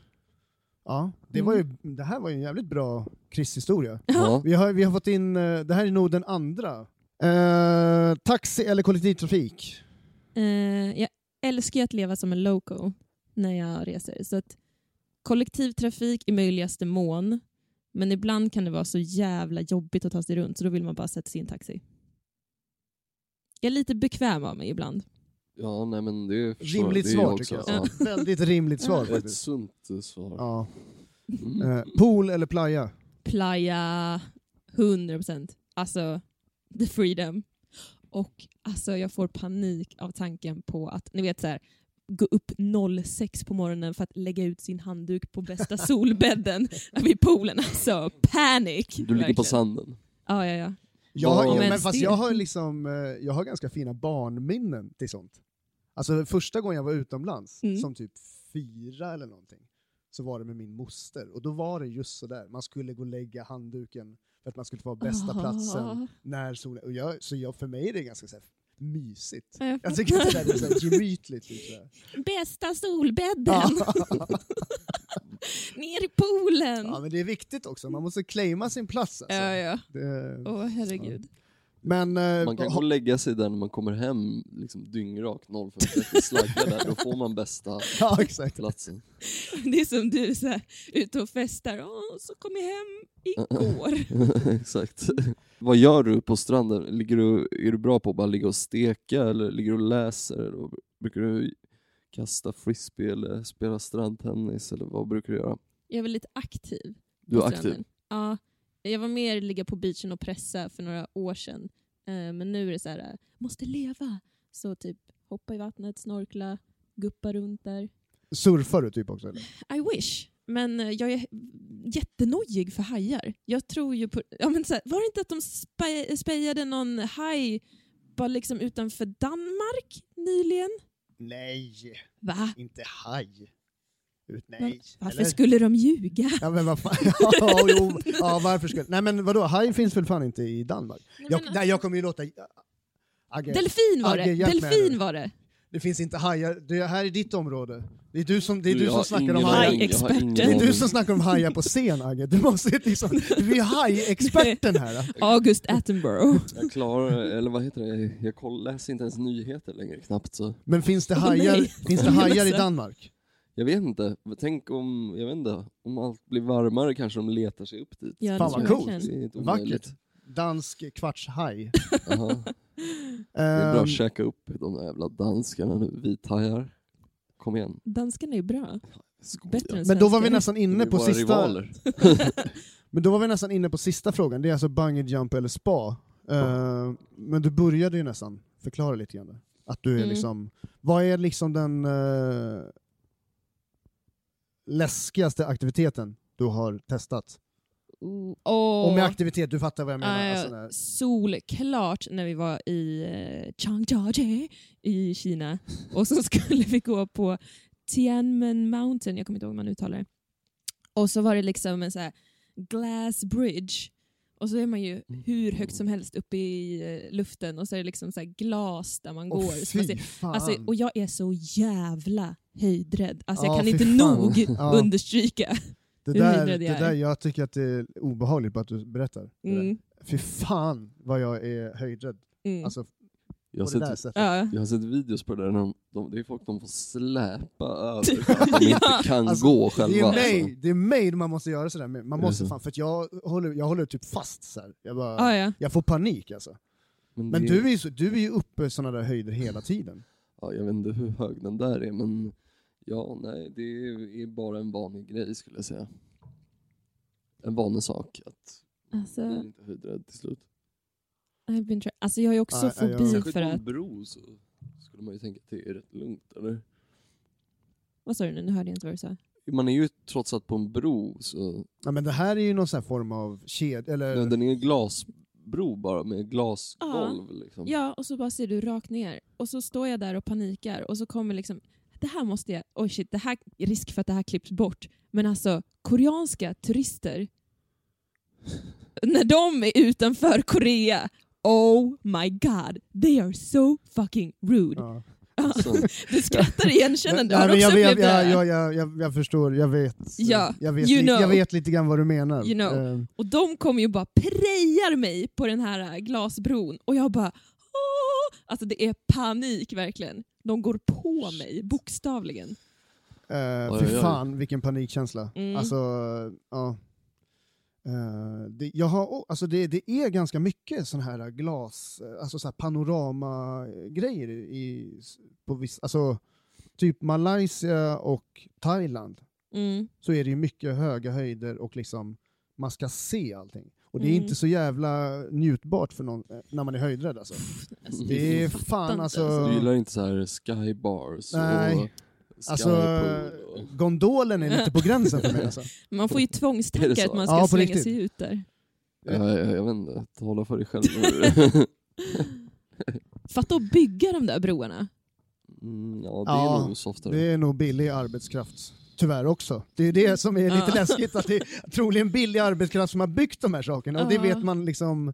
S1: ja, det, var ju,
S3: Mm.
S1: det här var ju en jävligt bra Chris-historia.
S2: Ja.
S1: Vi har, vi har fått in, eh, det här är nog den andra. Eh, taxi eller kollektivtrafik?
S3: Eh, jag älskar ju att leva som en loco när jag reser. Så att kollektivtrafik i möjligaste mån. Men ibland kan det vara så jävla jobbigt att ta sig runt så då vill man bara sätta sig i en taxi. Jag är lite bekväm av mig ibland.
S2: ja, nej men det förstår jag.
S1: Rimligt
S2: det är
S1: svar
S2: också,
S1: tycker jag.
S2: Ja.
S1: Väldigt rimligt svar
S2: Ett
S1: faktiskt.
S2: sunt eh, svar.
S1: Ja.
S2: Mm.
S1: Eh, pool eller playa?
S3: Playa, 100%. Alltså, the freedom. Och alltså jag får panik av tanken på att, ni vet så här, gå upp 06 på morgonen för att lägga ut sin handduk på bästa solbädden vid poolen. Alltså, panic!
S2: Du ligger på
S3: verkligen.
S2: sanden.
S3: Ja, ja, ja.
S1: Jag har,
S2: Ja.
S1: ja, men
S3: Men
S1: fast
S3: det-
S1: jag har, liksom, eh, jag har ganska fina barnminnen till sånt. Alltså första gången jag var utomlands,
S3: Mm.
S1: som typ fyra eller någonting, så var det med min moster. Och då var det just sådär, man skulle gå och lägga handduken för att man skulle få bästa platsen
S3: Ah,
S1: när solen... Och jag, så jag, för mig är det ganska så här, mysigt.
S3: jag
S1: Jag tycker att det
S3: fattar.
S1: där är så här gemytligt. Typ, så här.
S3: Bästa solbädden!
S1: Ja.
S3: Ner i poolen!
S1: ja, men det är viktigt också, man måste claima sin plats. Alltså.
S3: Mm. Ja, Oh. ja.
S1: Det...
S3: Åh, herregud.
S1: Men... eh,
S2: Man kan
S1: ha-
S2: gå och lägga sig där när man kommer hem, liksom dyngrak 05.30, slagga där, då får man bästa
S1: Ja, exakt.
S2: platsen.
S3: Det är som du så här, ute och festar. Åh, så kom jag hem igår.
S2: Exakt. Vad gör du på stranden? Ligger du, är du bra på att bara ligga och steka eller ligger du och läser? Eller vad- brukar du kasta frisbee eller spela strandtennis eller vad brukar du göra?
S3: Jag är väldigt aktiv.
S2: Du
S3: på
S2: är aktiv.
S3: stranden. Ja, Jag var mer ligga på beachen och pressa för några år sedan. Eh, men nu är det så här, måste leva. Så typ hoppa i vattnet, snorkla, guppa runt där.
S1: Surfar du typ också? Eller?
S3: I wish. Men eh, jag är jättenojig för hajar. Jag tror ju på... Ja, men så här, var det inte att de spe, spejade någon haj bara liksom utanför Danmark nyligen?
S1: Nej,
S3: Va?
S1: inte haj. Ut,
S3: Men Varför skulle de ljuga?
S1: Ja, men vad fan, ja, jo, ja, varför skulle... Nej men vadå, haj finns väl fan inte i Danmark? Jag, nej, jag kommer ju låta... Agge,
S3: Delfin var
S1: Agge,
S3: det!
S1: hjälp mig
S3: Delfin
S1: nu.
S3: var det!
S1: det finns inte hajar, det här är ditt område. Det är du som, det är du
S2: jag
S1: som
S2: har
S1: snackar
S2: ingen
S1: om
S2: aning,
S1: hajar.
S2: jag har
S3: Hajexperten.
S2: ingen
S1: Det är
S2: aning.
S1: du som snackar om hajar på scen Agge, du måste liksom... Du är hajexperten här.
S3: August Attenborough.
S2: Jag klarar, eller vad heter det, jag koll, läser inte ens nyheter längre knappt så.
S1: Men finns det
S3: Åh,
S1: hajar,
S3: nej. Alltså,
S1: finns det hajar i
S3: Ledsen.
S1: Danmark?
S2: Jag vet inte, men tänk om, jag vet inte, om allt blir varmare kanske de letar sig upp dit.
S3: Ja, det
S1: Fan, vad
S3: tror jag
S1: coolt.
S2: Det
S3: verkligen.
S2: är inte
S1: Vackert.
S2: omöjligt.
S1: Dansk kvartshaj.
S2: Jaha. Det är bra
S1: Ehm,
S2: att käka upp de där jävla danskarna nu, vithajar. Kom igen.
S3: Danskarna är bra.
S2: Skoja.
S3: Bättre än
S1: men då var vi
S3: svenskar.
S1: nästan
S2: De är
S1: inne på
S2: våra
S1: sista...
S2: rivaler.
S1: Men då var vi nästan inne på sista frågan, det är alltså bungee jump eller spa. Eh, men du började ju nästan förklara lite grann. där. Att du är
S3: Mm.
S1: liksom, vad är liksom den eh, läskigaste aktiviteten du har testat?
S3: Åh.
S1: Och med aktivitet, du fattar vad jag menar.
S3: Ja, ja,
S1: alltså, när-
S3: solklart när vi var i eh, Changjiajie i Kina och så skulle vi gå på Tianmen Mountain, jag kommer inte ihåg hur man uttalar det. Och så var det liksom en så här glass bridge och så är man ju
S1: Mm.
S3: hur högt som helst uppe i eh, luften och så är det liksom så här glas där man
S1: Åh,
S3: går. Så man
S1: fy
S3: ser,
S1: fan.
S3: alltså, och jag är så jävla höjdrädd. Alltså,
S1: Ja,
S3: jag kan
S1: fy
S3: inte
S1: fan.
S3: nog
S1: Ja.
S3: understryka.
S1: det
S3: hur
S1: där, det
S3: vidrig jag är.
S1: där, jag tycker att det är obehagligt bara att du berättar. det där.
S3: Mm,
S1: Fy fan vad jag är höjdrädd.
S3: mm.
S1: Alltså,
S2: Jag har,
S1: på det där
S2: sett,
S1: sättet.
S3: ja.
S2: jag har sett videos på det där, när de, de, det är folk de får släpa över för att de inte kan
S1: Alltså,
S2: gå
S1: Det
S2: själva.
S1: är, mig,
S2: alltså. Mm.
S1: det är mig man måste göra sådär med. Man
S2: Är det
S1: måste
S2: så?
S1: fan, för att jag håller, jag håller typ fast så här. Jag, bara,
S3: Ja, ja.
S1: jag får panik alltså. Men
S2: det-
S1: du är, ju så- du är ju uppe i sådana där höjder hela tiden.
S2: ja, jag vet inte hur hög den där är, men ja, nej, det är bara en vanlig grej skulle jag säga. En vanlig sak, att man blir
S3: Alltså,
S2: inte höjdrädd till slut.
S3: I've been try- alltså jag har ju också
S1: Ja, ja, ja.
S3: fobi
S2: Särskilt
S3: för
S2: på
S3: att
S2: en bro så skulle man ju tänka att det är rätt lugnt, eller?
S3: Vad sa du nu? Nu hörde jag inte vad du
S1: Mm.
S3: sa.
S2: Man är ju trots allt på en bro, så
S1: Ja, men det här är ju någon sån här form av kedja, eller...
S2: Nej, den är en glasbro bara med glasgolv liksom.
S3: Ja, och så bara ser du rakt ner. Och så står jag där och panikar och så kommer liksom, det här måste jag, oj shit, det här, risk för att det här klipps bort. Men alltså, koreanska turister, när de är utanför Korea, oh my god, they are so fucking rude.
S1: Ja.
S2: Så,
S3: Du skrattar igenkännande, har
S1: men
S3: du
S1: jag,
S3: också
S1: vet,
S3: upplevt det?
S1: jag,
S3: här?
S1: jag, jag, jag, jag förstår, jag vet.
S3: Ja,
S1: jag, vet
S3: you
S1: li- jag
S3: know.
S1: vet lite grann vad du menar.
S3: You know.
S1: Eh,
S3: Och de kommer ju bara prejar mig på den här äh, glasbron och jag bara Åh! Alltså det är panik verkligen. De går på mig, bokstavligen.
S1: eh,
S2: Oj,
S1: fy
S2: oj, oj.
S1: fan vilken panikkänsla.
S3: Mm.
S1: Alltså, ja. Eh, det, jag har, oh, alltså det, det är ganska mycket sån här glas, eh, alltså så här panoramagrejer i, på viss, alltså typ Malaysia och Thailand.
S3: Mm.
S1: så är det ju mycket höga höjder och liksom man ska se allting. Och det är
S3: Mm.
S1: inte så jävla njutbart för någon eh, när man är höjdrädd alltså.
S3: Alltså,
S1: Det är
S3: fattar
S1: fan
S3: inte,
S1: alltså...
S3: alltså.
S2: du gillar inte så här skybars
S1: Nej.
S2: och
S1: Alltså,
S2: skypool och...
S1: gondolen är lite på gränsen för mig alltså.
S3: Man får ju
S2: Är det
S3: tvångstankar
S2: så?
S3: att man ska
S1: Ja, på
S3: slänga
S1: riktigt.
S3: sig ut där.
S2: Ja, ja, jag vet inte, tala för dig själv.
S3: Fatta att bygga de där broarna.
S2: mm, ja, det är
S1: Ja,
S2: nog softare.
S1: Det är nog billig arbetskraft. Tyvärr också. Det är det som är lite
S3: Ja.
S1: läskigt, att det är troligen billig arbetskraft som har byggt de här sakerna. Och det
S3: Ja.
S1: vet man liksom...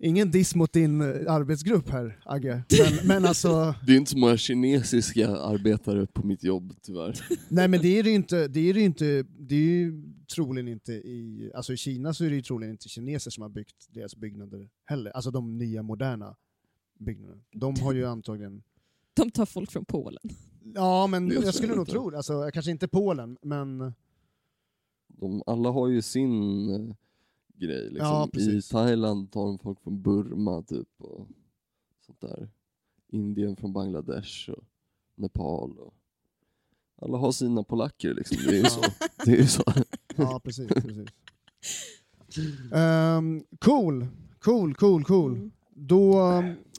S1: Ingen diss mot din eh, arbetsgrupp här, Agge. Men, men alltså...
S2: Det är inte så många kinesiska arbetare på mitt jobb tyvärr.
S1: Nej men det är det ju inte, det är det ju inte, det är ju troligen inte i, alltså i Kina så är det ju troligen inte kineser som har byggt deras byggnader heller, alltså de nya moderna byggnaderna. De har ju antagligen,
S3: De tar folk från Polen.
S1: ja men
S2: Det tror
S1: jag skulle
S2: jag
S1: nog
S2: inte.
S1: tro det, alltså kanske inte Polen, men
S2: De, alla har ju sin eh, grej liksom.
S1: Ja,
S2: I
S1: precis.
S2: Thailand tar de folk från Burma typ och sånt där. Indien från Bangladesh och Nepal och alla har sina polacker liksom. Det är ju så.
S1: ja,
S2: Det är ju så.
S1: ja precis. precis. Ehm, cool, cool, cool, cool.
S3: Mm.
S1: Då,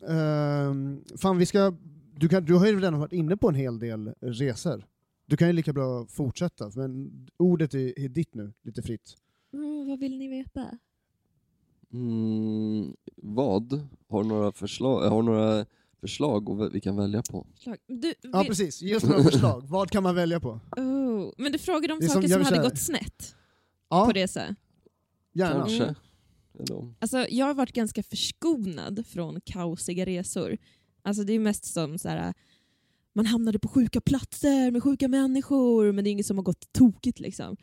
S1: ehm, fan vi ska, du, kan, du har ju redan varit inne på en hel del resor. Du kan ju lika bra fortsätta, men ordet är, är ditt nu, lite fritt.
S3: Mm, vad vill ni veta?
S2: Mm, vad? Har du några förslag, eh, har du några förslag och vi kan välja på?
S3: Slag. Du,
S1: Ja
S3: vi,
S1: precis, ge oss några förslag. Vad kan man välja på?
S3: oh, men du frågade om
S1: Det är som-
S3: saker
S1: jag
S3: som
S1: vill
S3: hade
S1: säga-
S3: gått snett på
S1: Ja,
S3: resa.
S1: gärna.
S2: Kanske.
S3: Mm.
S2: Eller om-
S3: Alltså, jag har varit ganska förskonad från kaosiga resor. Alltså, det är mest som så här, man hamnade på sjuka platser med sjuka människor, men det är inget som har gått tokigt. Liksom.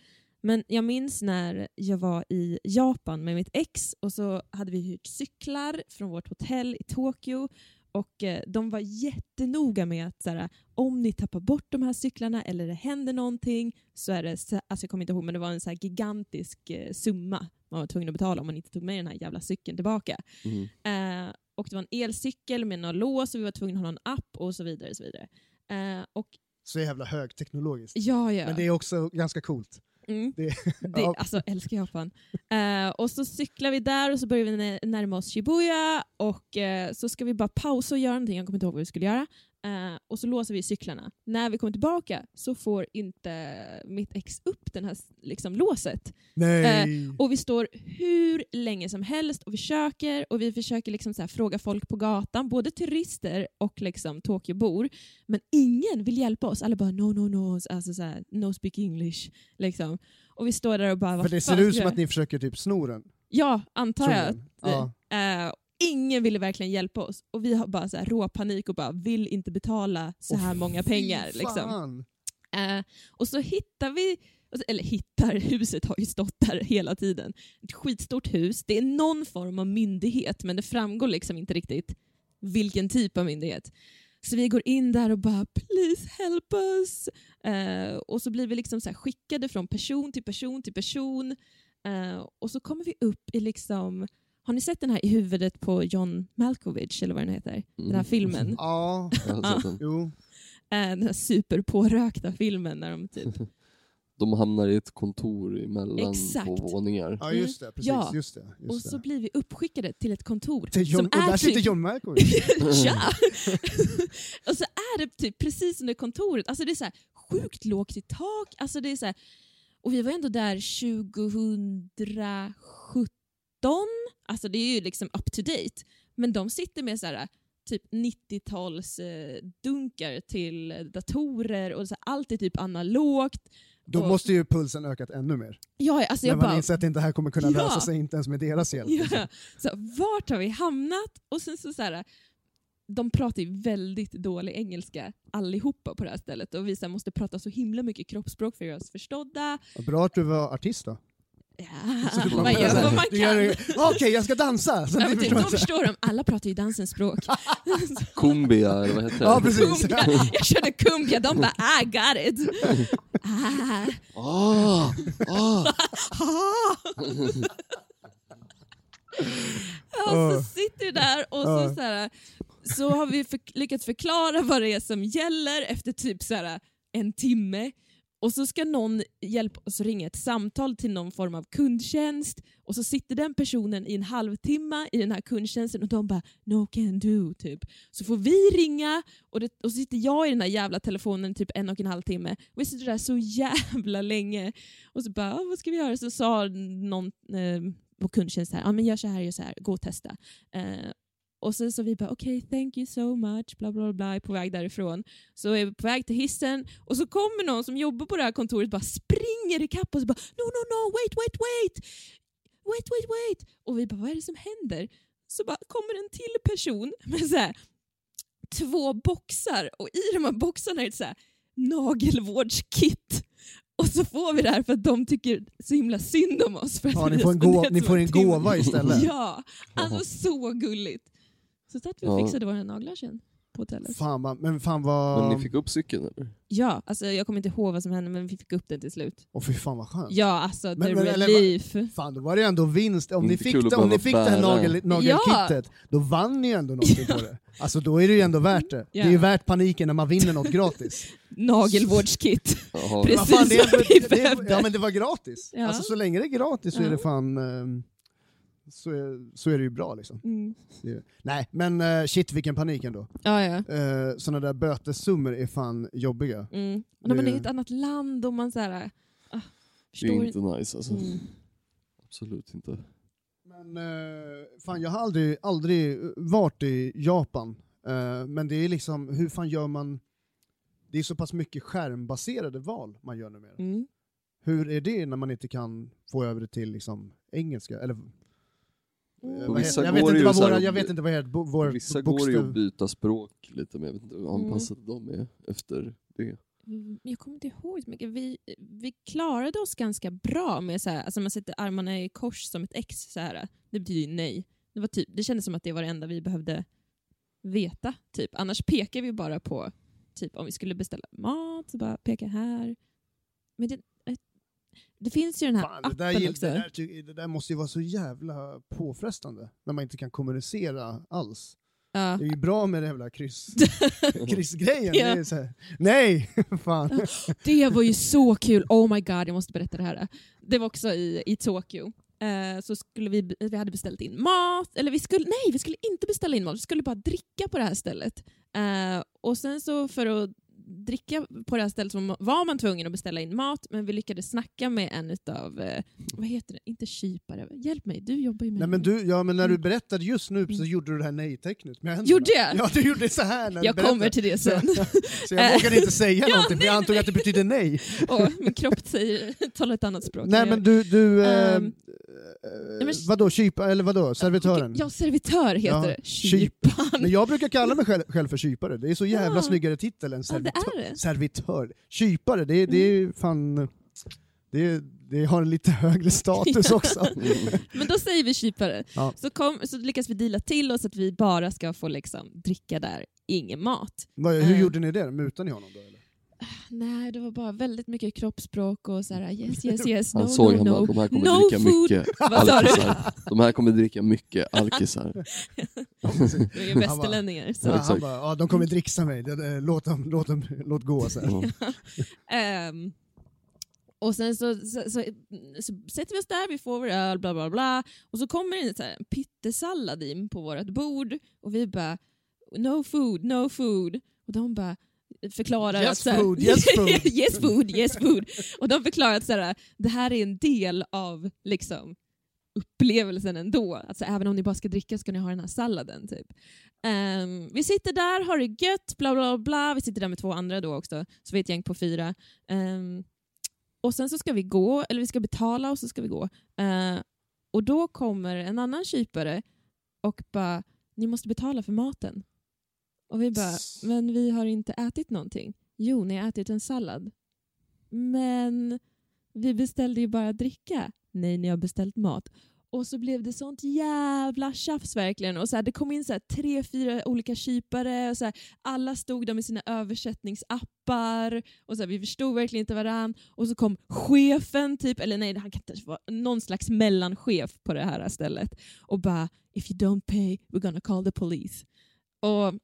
S3: Men jag minns när jag var i Japan med mitt ex och så hade vi hyrt cyklar från vårt hotell i Tokyo. Och eh, De var jättenoga med att så här, om ni tappar bort de här cyklarna eller det händer någonting så är det, så- alltså jag kommer inte ihåg, men det var en så här gigantisk eh, summa man var tvungen att betala om man inte tog med den här jävla cykeln tillbaka.
S2: Mm.
S3: Eh, och det var en elcykel med några lås och vi var tvungna att ha någon app och så vidare. Och så vidare. Eh, och
S1: Så jävla högteknologiskt.
S3: ja, ja.
S1: Men det är också ganska coolt.
S3: Mm.
S1: Det-
S3: Det,
S1: Ja.
S3: Alltså, älskar Japan. Eh, och så cyklar vi där och så börjar vi nä- närma oss Shibuya och eh, så ska vi bara pausa och göra någonting, jag kommer inte ihåg vad vi skulle göra. Eh, och så låser vi cyklarna. När vi kommer tillbaka så får inte mitt ex upp den här liksom, låset.
S1: Nej!
S3: Och vi står hur länge som helst och försöker och vi försöker liksom så här fråga folk på gatan, både turister och liksom Tokyobor. Men ingen vill hjälpa oss. Alla bara no, no, no, alltså så här, no speak English. Liksom. Och vi står där och bara...
S1: För
S3: "Vad
S1: det
S3: fan
S1: ser
S3: ska
S1: ut
S3: vi
S1: som
S3: göra?"
S1: att ni försöker typ sno den.
S3: Ja, antar jag.
S1: troligen. Ja.
S3: Eh, ingen ville verkligen hjälpa oss. Och vi har bara så här råpanik och bara vill inte betala så
S1: Åh,
S3: här många pengar.
S1: Fy
S3: Liksom.
S1: fan.
S3: Eh, och så hittar vi, eller hittar, huset har ju stått där hela tiden. Ett skitstort hus, det är någon form av myndighet men det framgår liksom inte riktigt vilken typ av myndighet. Så vi går in där och bara “please help us” eh, och så blir vi liksom så här skickade från person till person till person eh, och så kommer vi upp i liksom, har ni sett den här i huvudet på John Malkovich eller vad den heter? Den här
S2: Mm.
S3: filmen?
S1: Ja,
S2: Jag har sett den.
S1: jo.
S3: Eh, den här superpårökta filmen när de typ
S2: De hamnar i ett kontor emellan
S3: Exakt.
S2: två våningar.
S1: Ja, just det. Precis,
S3: Mm. Ja.
S1: just det. Just
S3: Och
S1: det.
S3: så blir vi uppskickade till ett kontor
S1: Till John,
S3: som
S1: och där
S3: är
S1: sitter
S3: typ...
S1: John Mm. Malkovich.
S3: Tja! och så är det typ precis under kontoret. Alltså det är så här sjukt lågt i tak. Alltså det är så här... Och vi var ändå där 2017. Alltså det är ju liksom up to date. Men de sitter med så här typ 90-tals eh, dunkar till datorer och så här, allt är typ analogt.
S1: Då
S3: Och-
S1: måste ju pulsen ökat ännu mer.
S3: Ja, alltså
S1: när
S3: jag
S1: man
S3: bara,
S1: inser att det inte här kommer kunna
S3: Ja.
S1: lösa sig, inte ens med deras hjälp. liksom.
S3: Ja. Så vart har vi hamnat? Och sen så, så här, de pratar ju väldigt dålig engelska allihopa på det här stället och vi så här, måste prata så himla mycket kroppsspråk för att göra oss förstådda.
S1: Vad Bra att du var artist då.
S3: Ja,
S1: Så du bara-
S3: man gör vad man
S1: Du gör-
S3: kan.
S1: Okej, jag ska dansa! Så
S3: Ja,
S1: ni
S3: men typ,
S1: förstår så
S3: de
S1: här.
S3: förstår de, alla pratar ju dansens språk.
S2: Kumbia, eller vad heter
S1: Ja,
S2: det?
S1: precis.
S3: Kumbia, jag körde kumbia, de bara I got it. Ah,
S2: Ah, ah.
S3: ah. Ja,
S1: Ah.
S3: så sitter vi där och
S1: Ah.
S3: så, så, här, så har vi för, lyckats förklara vad det är som gäller efter typ så här, en timme. Och så ska någon hjälpa oss ringa ett samtal till någon form av kundtjänst och så sitter den personen i en halvtimme i den här kundtjänsten och de bara “no can do” typ. Så får vi ringa och, det, och så sitter jag i den här jävla telefonen typ en och en halv timme. Och vi sitter där så jävla länge och så bara “ah, “vad ska vi göra?” Så sa någon eh, på kundtjänst så här “ja men gör så här, gör så här, gå och testa”. Eh, och sen så vi bara “okej, thank you so much”, bla bla bla, är på väg därifrån. Så är vi på väg till hissen och så kommer någon som jobbar på det här kontoret bara springer ikapp och så bara “no, no, no, wait, wait, wait!” Wait, wait, wait! Och vi bara, vad är det som händer? Så bara kommer en till person med så här, två boxar och i de här boxarna är det så här, nagelvårdskit. Och så får vi det här för att de tycker så himla synd om oss. För att
S1: Ja,
S3: vi
S1: ni
S3: har
S1: får en, gå-
S3: spenderat
S1: ni
S3: så
S1: får en
S3: mycket timmar.
S1: gåva istället.
S3: Ja, alltså så gulligt. Så satt vi och
S2: Ja.
S3: fixade våra naglar sen på hotellet.
S1: Fan vad, men fan vad...
S2: Men
S1: Åh
S2: ni fick upp cykeln eller?
S3: Ja, alltså jag kommer inte ihåg vad som hände men vi fick upp den till slut.
S1: fy fan vad skönt.
S3: Ja, alltså the
S1: Men- men- eller-
S3: relief.
S1: Fan, då var det ju ändå vinst. Om ni
S2: Inte
S1: fick,
S2: kul att
S1: det, om ni
S2: behöva
S1: fick det här
S2: bära.
S1: nagel, nagelkittet, då vann ni ju ändå någonting på det. Alltså då är det ju ändå värt det. Det är ju
S3: Ja.
S1: värt paniken när man vinner något gratis.
S3: nagelvårdskit.
S2: Jaha.
S3: Precis.
S1: Vad fan, det,
S3: som
S1: är-
S3: i
S1: det, är-
S3: Bebe.
S1: ja, men det var gratis.
S3: Ja.
S1: Alltså, så länge det är gratis så är det
S3: Ja.
S1: fan... ehm, så är, så är det ju bra liksom.
S3: Mm.
S1: Nej, men eh, shit vilken panik ändå.
S3: Ja, ja.
S1: Uh, sådana där bötessummor är fan jobbiga.
S3: Mm. Och när man är i ett
S1: Det-
S3: annat land och man så här...
S2: Det
S3: Ah,
S2: är
S3: förstår
S2: inte nice alltså.
S3: Mm.
S2: Absolut inte.
S1: Men eh, fan, jag har aldrig, aldrig varit i Japan. Eh, men det är liksom, hur fan gör man... Det är så pass mycket skärmbaserade val man gör numera.
S3: Mm.
S1: Hur är det när man inte kan få över det till liksom, engelska? Eller, eh,
S3: Mm.
S2: På
S1: vad
S2: vissa
S1: heter- jag, vet
S2: går det
S1: inte
S2: ju
S1: vad
S2: så här
S1: våra,
S2: att
S1: jag
S2: bli-
S1: vet inte vad heter, bo, vår
S2: Vissa går ju att
S1: bokstav...
S2: byta språk lite, men jag vet inte hur anpassade de är efter det.
S3: Mm, Jag kommer inte ihåg så mycket. Vi, vi klarade oss ganska bra med så här, alltså man sätter armarna i kors som ett X. Så här. Det betyder ju nej. Det, var typ, det kändes som att det var det enda vi behövde veta. Typ. Annars pekar vi bara på, typ om vi skulle beställa mat, så bara peka här. Men det, eh, det finns ju den här
S1: Fan, det,
S3: appen
S1: där, gill-
S3: också.
S1: det, där, ty- det där måste ju vara så jävla påfrestande, när man inte kan kommunicera alls.
S3: Ja.
S1: Det är ju bra med den jävla kryss, kryssgrejen.
S3: Ja.
S1: Det är så här, nej! Fan.
S3: Det var ju så kul. Oh my god, jag måste berätta det här. Det var också i, i Tokyo. Eh, så skulle vi, vi hade beställt in mat, eller vi skulle, nej vi skulle inte beställa in mat, vi skulle bara dricka på det här stället. Eh, och sen så för att dricka på det här stället så var man tvungen att beställa in mat, men vi lyckades snacka med en utav, eh, vad heter det, inte kypare, hjälp mig, du jobbar ju med
S1: Nej, men du, ja, men när du berättade just nu så gjorde du det här nej-tecknet med händerna.
S3: Mm. Gjorde jag?
S1: Ja, du gjorde så här när du
S3: jag
S1: berättade.
S3: kommer till det sen.
S1: Så jag vågade inte säga
S3: Ja,
S1: någonting, för jag
S3: nej,
S1: antog att det betydde nej.
S3: Åh, min kropp säger, talar ett annat språk.
S1: Nej, men du... du eh,
S3: Ehm,
S1: eh,
S3: men-
S1: vadå, kypa, eller vadå, servitören?
S3: Ja, servitör heter
S1: Ja,
S3: det.
S1: kypan.
S3: Kypan.
S1: Men jag brukar kalla mig själv, själv för kypare, det är så jävla
S3: Ja.
S1: snyggare titel än
S3: Ja, det
S1: servitör.
S3: är det. Mm.
S1: Servitör. Kypare, det, det är ju fan... Det, det har en lite högre status också.
S3: Men då säger vi kypare.
S1: Ja.
S3: Så, kom, så lyckas vi deala till oss att vi bara ska få liksom, dricka där, ingen mat.
S1: Vad- Hur
S3: Eh.
S1: gjorde ni det? Mutade ni honom då? Eller?
S3: Nej, det var bara väldigt mycket kroppsspråk och så här yes, yes, yes, no,
S2: Han såg,
S3: no,
S2: han bara,
S3: no.
S2: de här kommer
S3: No
S2: dricka
S3: food."
S2: mycket
S3: Vad sa du?
S2: alkisar. De här kommer dricka mycket alkisar.
S3: Vi är ju västerlänningar. Så.
S1: Ja, han
S2: exakt.
S1: bara, ja, de kommer dricksa mig, Det- det- låt, dem, låt, dem, låt gå. Så här.
S2: Ja.
S3: Ehm, och sen så, så, så, så sätter vi oss där, vi får vår öl, bla bla bla. Och så kommer det en så här, en pyttesallad in på vårt bord och vi bara no food, no food. Och de bara förklarar
S1: Yes
S3: att så här,
S1: food, yes food.
S3: yes food, yes food. Och de förklarar att så här, det här är en del av liksom upplevelsen ändå. Alltså, även om ni bara ska dricka ska ni ha den här salladen. Typ. Ehm, vi sitter där, har det gött, bla bla bla. Vi sitter där med två andra då också, så vi är ett gäng på fyra. Ehm, och sen så ska vi gå, eller vi ska betala och så ska vi gå. Eh, och då kommer en annan kypare och bara, ni måste betala för maten. Och vi bara, men vi har inte ätit någonting. Jo, ni har ätit en sallad. Men vi beställde ju bara dricka. Nej, ni har beställt mat. Och så blev det sånt jävla tjafs verkligen. Och så här, det kom in så här tre, fyra olika kypare. Och så här, alla stod där med sina översättningsappar. Och så här, vi förstod verkligen inte varann. Och så kom chefen, typ, eller nej, han kan inte vara någon slags mellanchef på det här stället. Och bara “If you don't pay, we're gonna call the police”. Och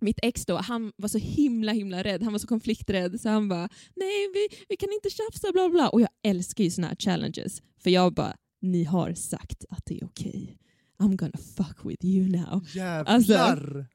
S3: mitt ex då, han var så himla himla rädd. Han var så konflikträdd så han bara “Nej, vi, vi kan inte tjafsa, bla bla”. Och jag älskar ju såna här challenges. För jag bara “Ni har sagt att det är okej. I'm gonna fuck with you now”.
S1: Jävlar!
S3: Alltså,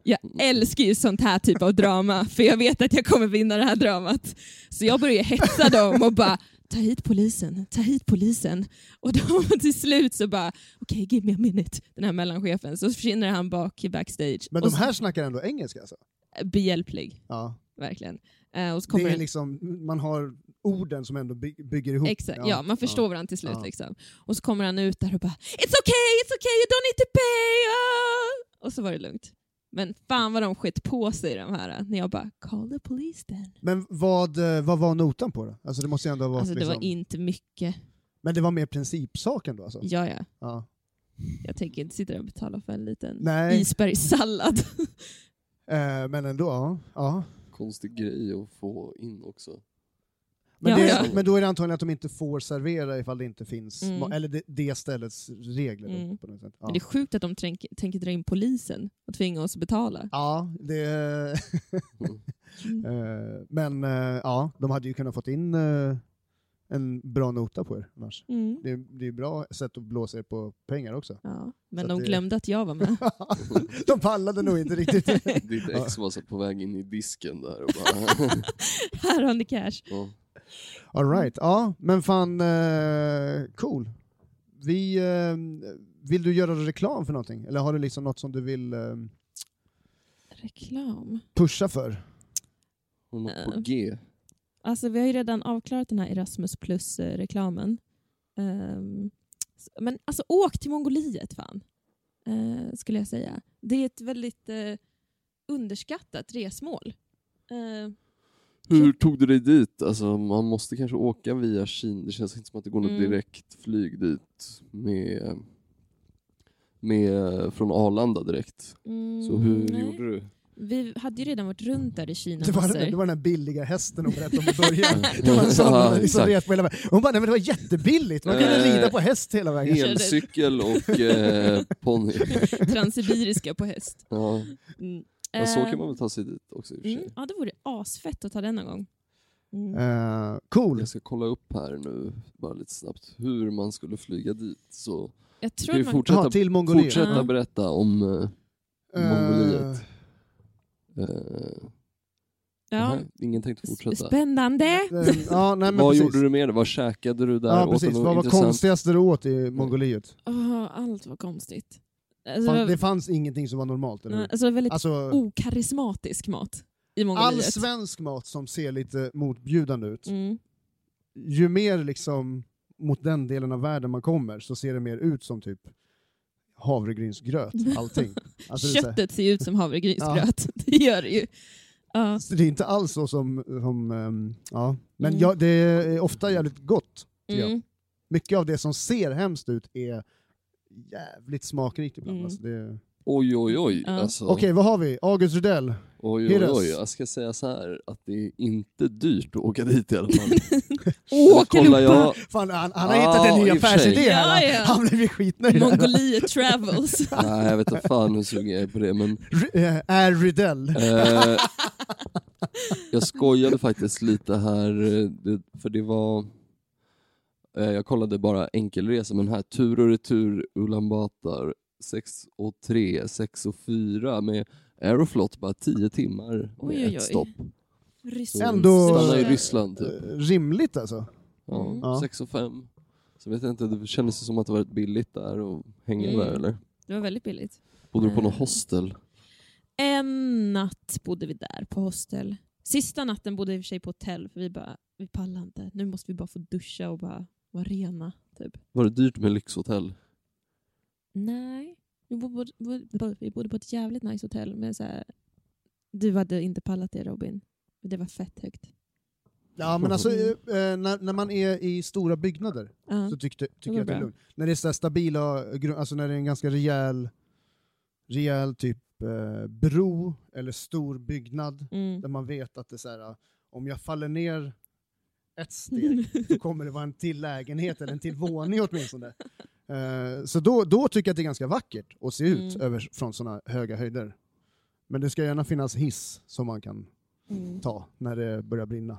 S3: Jag älskar ju sånt här typ av drama, för jag vet att jag kommer vinna det här dramat. Så jag börjar hetsa dem och bara ta hit polisen, ta hit polisen. Och då till slut så bara, okej give me a minute, den här mellanchefen. Så försvinner han bak i backstage.
S1: Men
S3: och
S1: de här snackar ändå engelska alltså?
S3: så, behjälplig,
S1: Ja.
S3: verkligen. Eh, och så kommer
S1: Det är
S3: en-
S1: liksom, man har orden som ändå by- bygger ihop.
S3: Exakt, ja, man förstår varandra till slut.
S1: Ja.
S3: Liksom. Och så kommer han ut där och bara “It's okay, it's okay, you don't need to pay!” ah." Och så var det lugnt. Men fan vad de skett på sig de här, när jag bara “Call the police then”.
S1: Men vad, eh, vad var notan på det? Alltså det måste ju ändå vara
S3: Alltså det
S1: liksom...
S3: var inte mycket.
S1: Men det var mer principsaken då alltså?
S3: Ja, ja.
S1: Ja.
S3: Jag tänker inte sitta där och betala för en liten
S1: Nej,
S3: isbergssallad.
S1: eh, men ändå, ja. ja.
S2: Konstig grej att få in också.
S1: Men,
S3: Ja,
S1: det,
S3: ja.
S1: men då är det antagligen att de inte får servera ifall det inte finns,
S3: Mm.
S1: ma- eller det, det ställets regler. då,
S3: Mm.
S1: På något sätt.
S3: Men
S1: Ja.
S3: det är sjukt att de tränk- tänker dra in polisen och tvinga oss att betala.
S1: Ja, det...
S3: Mm.
S1: eh, men eh, ja, de hade ju kunnat fått in eh, en bra nota på er annars.
S3: Mm.
S1: Det, är- det är ett bra sätt att blåsa er på pengar också.
S3: Ja. Men
S1: Så
S3: de
S1: det-
S3: glömde att jag var med.
S1: de pallade nog inte riktigt.
S2: Ditt ex var så på väg in i disken där och bara...
S3: Här har ni cash.
S2: ja.
S1: All right. Ja, men fan, eh, cool. Vi, eh, vill du göra reklam för någonting? Eller har du liksom något som du vill eh,
S3: Reklam.
S1: pusha för?
S2: Hon var på G.
S3: Alltså vi har ju redan avklarat den här Erasmus eh, plus-reklamen. Ehm, men alltså åk till Mongoliet fan, eh, skulle jag säga. Det är ett väldigt eh, underskattat resmål. Eh,
S2: Hur tog du dig dit? Alltså, man måste kanske åka via Kina. Det känns inte som att det går något
S3: Mm.
S2: direkt flyg dit med, med, från Arlanda direkt.
S3: mm,
S2: Så hur
S3: nej.
S2: gjorde du?
S3: Vi hade ju redan varit runt där i Kina
S1: Det var,
S3: massor.
S1: den, det var den här billiga hästen hon berättade om i början. Det var en sån hon liksom
S2: exakt.
S1: ret på hela vägen. Hon bara, nej men det var jättebilligt, man kunde
S2: Eh,
S1: rida på häst hela vägen.
S3: körde-
S2: Elcykel och eh, ponny.
S3: Transsibiriska på häst.
S2: Ja.
S3: Mm.
S2: Ja, så
S3: Eh,
S2: kan man väl ta sig dit också i och för sig.
S3: mm, ja, det vore asfett att ta den någon gång. Mm.
S1: Eh, cool.
S2: Jag ska kolla upp här nu, bara lite snabbt, hur man skulle flyga dit. Så
S3: Jag
S2: ska vi
S3: tror man...
S1: Ja,
S2: fortsätta,
S1: till Mongoliet.
S2: fortsätta
S3: Ja.
S2: berätta om eh, Mongoliet.
S1: Eh,
S2: eh,
S3: Ja,
S2: nej, ingen tänkte fortsätta.
S3: spännande!
S1: eh, ja, nej, men
S2: Vad
S1: precis.
S2: gjorde du med det? Vad käkade du där?
S1: Ja,
S2: Åt
S1: precis.
S2: du något
S1: Vad var
S2: intressant?
S1: konstigaste du åt i Mongoliet?
S3: Åh, allt var konstigt. Alltså,
S1: Fan,
S3: det,
S1: Det fanns ingenting som var normalt, eller
S3: var,
S1: hur?
S3: alltså, det var väldigt
S1: Alltså,
S3: okarismatisk mat i
S1: all
S3: Mongoliet.
S1: svensk mat som ser lite motbjudande ut,
S3: Mm.
S1: ju mer liksom mot den delen av världen man kommer så ser det mer ut som typ havregrynsgröt, allting. Alltså, det är så här-
S3: Köttet ser ju ut som havregrynsgröt. Det gör det ju. Ja.
S1: Så Alltså, det är inte alls så som... som ehm, ja. Men
S3: Mm.
S1: ja, det är ofta jävligt gott. tycker jag.
S3: Mm.
S1: Mycket av det som ser hemskt ut är jävligt smakrikt ibland.
S3: Mm.
S1: Alltså det...
S2: Oj, oj, oj.
S3: Ja.
S2: Alltså,
S1: Okej, vad har vi? August Rudell.
S2: oj, oj,
S1: Hyres.
S2: oj. Jag ska säga så här att det är inte dyrt att åka dit i alla fall.
S3: Åh,
S2: kollar jag,
S1: Fan, han, han har
S2: Ja,
S1: hittat en ny
S2: i och för sig.
S1: affärsidé här.
S3: Ja, ja.
S1: Han blev ju skitnöjd.
S3: Mongoliet travels.
S2: nej jag vet inte fan hur sugen jag är på det men
S1: Ru- eh, är Rudell.
S2: Eh, jag skojade faktiskt lite här, eh, det- för det var... eh, Jag kollade bara enkelresa, men här tur och retur Ulan Bator 6 och 3, 6 och 4 med Aeroflot bara 10 timmar med
S3: Oj, oj, oj.
S2: ett stopp.
S3: Ryssland.
S1: Ändå-
S2: Stanna i Ryssland typ.
S1: Eh, Rimligt alltså.
S3: Mm.
S2: Ja,
S1: Ja.
S2: 6 och 5. Så vet jag inte, det kändes som att det var rätt billigt där och hänga
S3: Mm.
S2: där eller?
S3: Det var väldigt billigt.
S2: Bodde du på något
S3: Eh.
S2: hostel?
S3: En natt bodde vi där på hostel. Sista natten bodde vi i och för sig på hotell för vi bara, vi pallar inte. Nu måste vi bara få duscha och bara vara rena. Typ.
S2: Var det dyrt med lyxhotell?
S3: Nej. Vi bodde, vi bodde på ett jävligt nice hotell, men så här, du hade inte pallat det Robin. Det var fett högt.
S1: Ja, men alltså, eh, eh, när, när man är i stora byggnader
S3: Ja.
S1: så tyckte, tycker
S3: går
S1: jag att det är
S3: bra.
S1: lugnt. När det är så här stabila, gru- alltså när det är en ganska rejäl, rejäl typ eh, bro eller stor byggnad
S3: Mm.
S1: där man vet att det är så här, eh, om jag faller ner ett steg då kommer det vara en till lägenhet eller en till våning åtminstone. Eh, så då, då tycker jag att det är ganska vackert att se ut
S3: Mm.
S1: över, från sådana höga höjder. Men det ska gärna finnas hiss som man kan
S3: Mm.
S1: ta när det börjar brinna.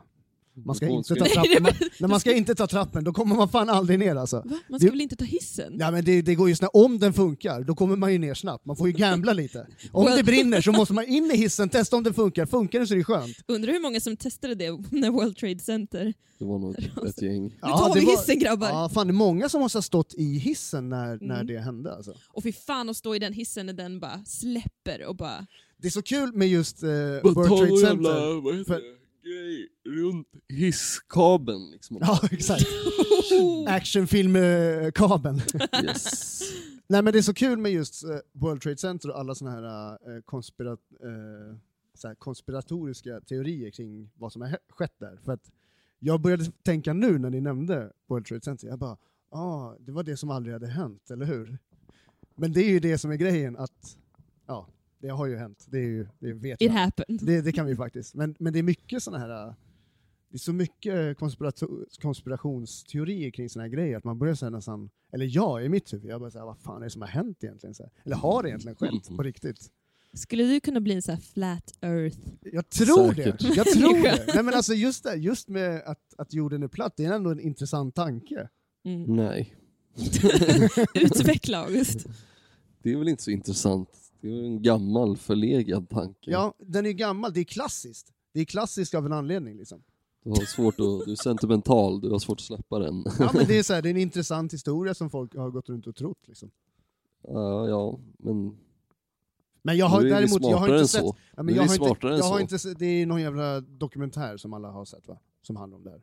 S1: Man ska
S2: Hon
S1: inte
S2: skulle-
S1: ta
S3: Nej,
S1: trappen, man,
S3: det
S1: när man ska inte ta trappen, då kommer man fan aldrig ner alltså.
S3: Va? Man ska
S1: Det-
S3: väl inte ta hissen?
S1: Ja, men det, det går ju snabbt. Om den funkar, då kommer man ju ner snabbt. Man får ju gambla lite. Om det brinner så måste man in i hissen, testa om den funkar. Funkar den så är det skönt.
S3: Undrar hur många som testade det när World Trade Center...
S2: Det var nog ett gäng.
S3: nu tar vi
S1: det var-
S3: hissen grabbar!
S1: Ja, fan det är många som måste ha stått i hissen när, när
S3: Mm.
S1: det hände alltså.
S3: Och fy fan att stå i den hissen när den bara släpper och bara...
S1: Det är så kul med just eh,
S2: Bara
S1: World
S2: ta någon
S1: Trade Center.
S2: jävla, vad heter
S1: För-
S2: det, grej runt hisskabeln liksom.
S1: Ja, exakt. eh, Actionfilm-kabeln.
S2: Yes.
S1: Nej men det är så kul med just eh, World Trade Center och alla såna här, eh, konspira eh, så här konspiratoriska teorier kring vad som har he- skett där. För att jag började tänka nu när ni nämnde World Trade Center, jag bara ah, det var det som aldrig hade hänt, eller hur? Men det är ju det som är grejen, att ja, det har ju hänt. Det, är ju, det vet
S3: It
S1: jag.
S3: happened.
S1: Det, det kan vi faktiskt. Men, men det är mycket såna här äh, det är så mycket konspirato- konspirationsteorier kring såna här grejer att man börjar säga nästan, eller jag i mitt huvud, jag börjar säga vad fan är det som har hänt egentligen? Så här, eller har det egentligen skett på riktigt?
S3: Skulle du kunna bli en sån här flat earth?
S1: Jag tror det!
S2: Säkert.
S1: Jag tror det! Nej men alltså just det, just med att, att jorden är platt, det är ändå en intressant tanke.
S3: Mm.
S2: Nej.
S3: Utveckla August.
S2: Det är väl inte så intressant. Det är väl en gammal förlegad tanke.
S1: Ja, den är ju gammal, det är klassiskt. Det är klassiskt av en anledning liksom.
S2: Du har svårt att, du är sentimental, du har svårt att släppa den.
S1: Ja men det är så här, det är en intressant historia som folk har gått runt och trott liksom.
S2: Ja, ja, men
S1: Men jag har
S2: du är ju
S1: däremot, jag har inte
S2: smartare än
S1: sett
S2: så.
S1: Ja,
S2: Nu
S1: men jag
S2: är vi
S1: har inte,
S2: smartare än
S1: jag har
S2: så.
S1: inte sett, det är någon jävla dokumentär som alla har sett va? Som handlar om det här.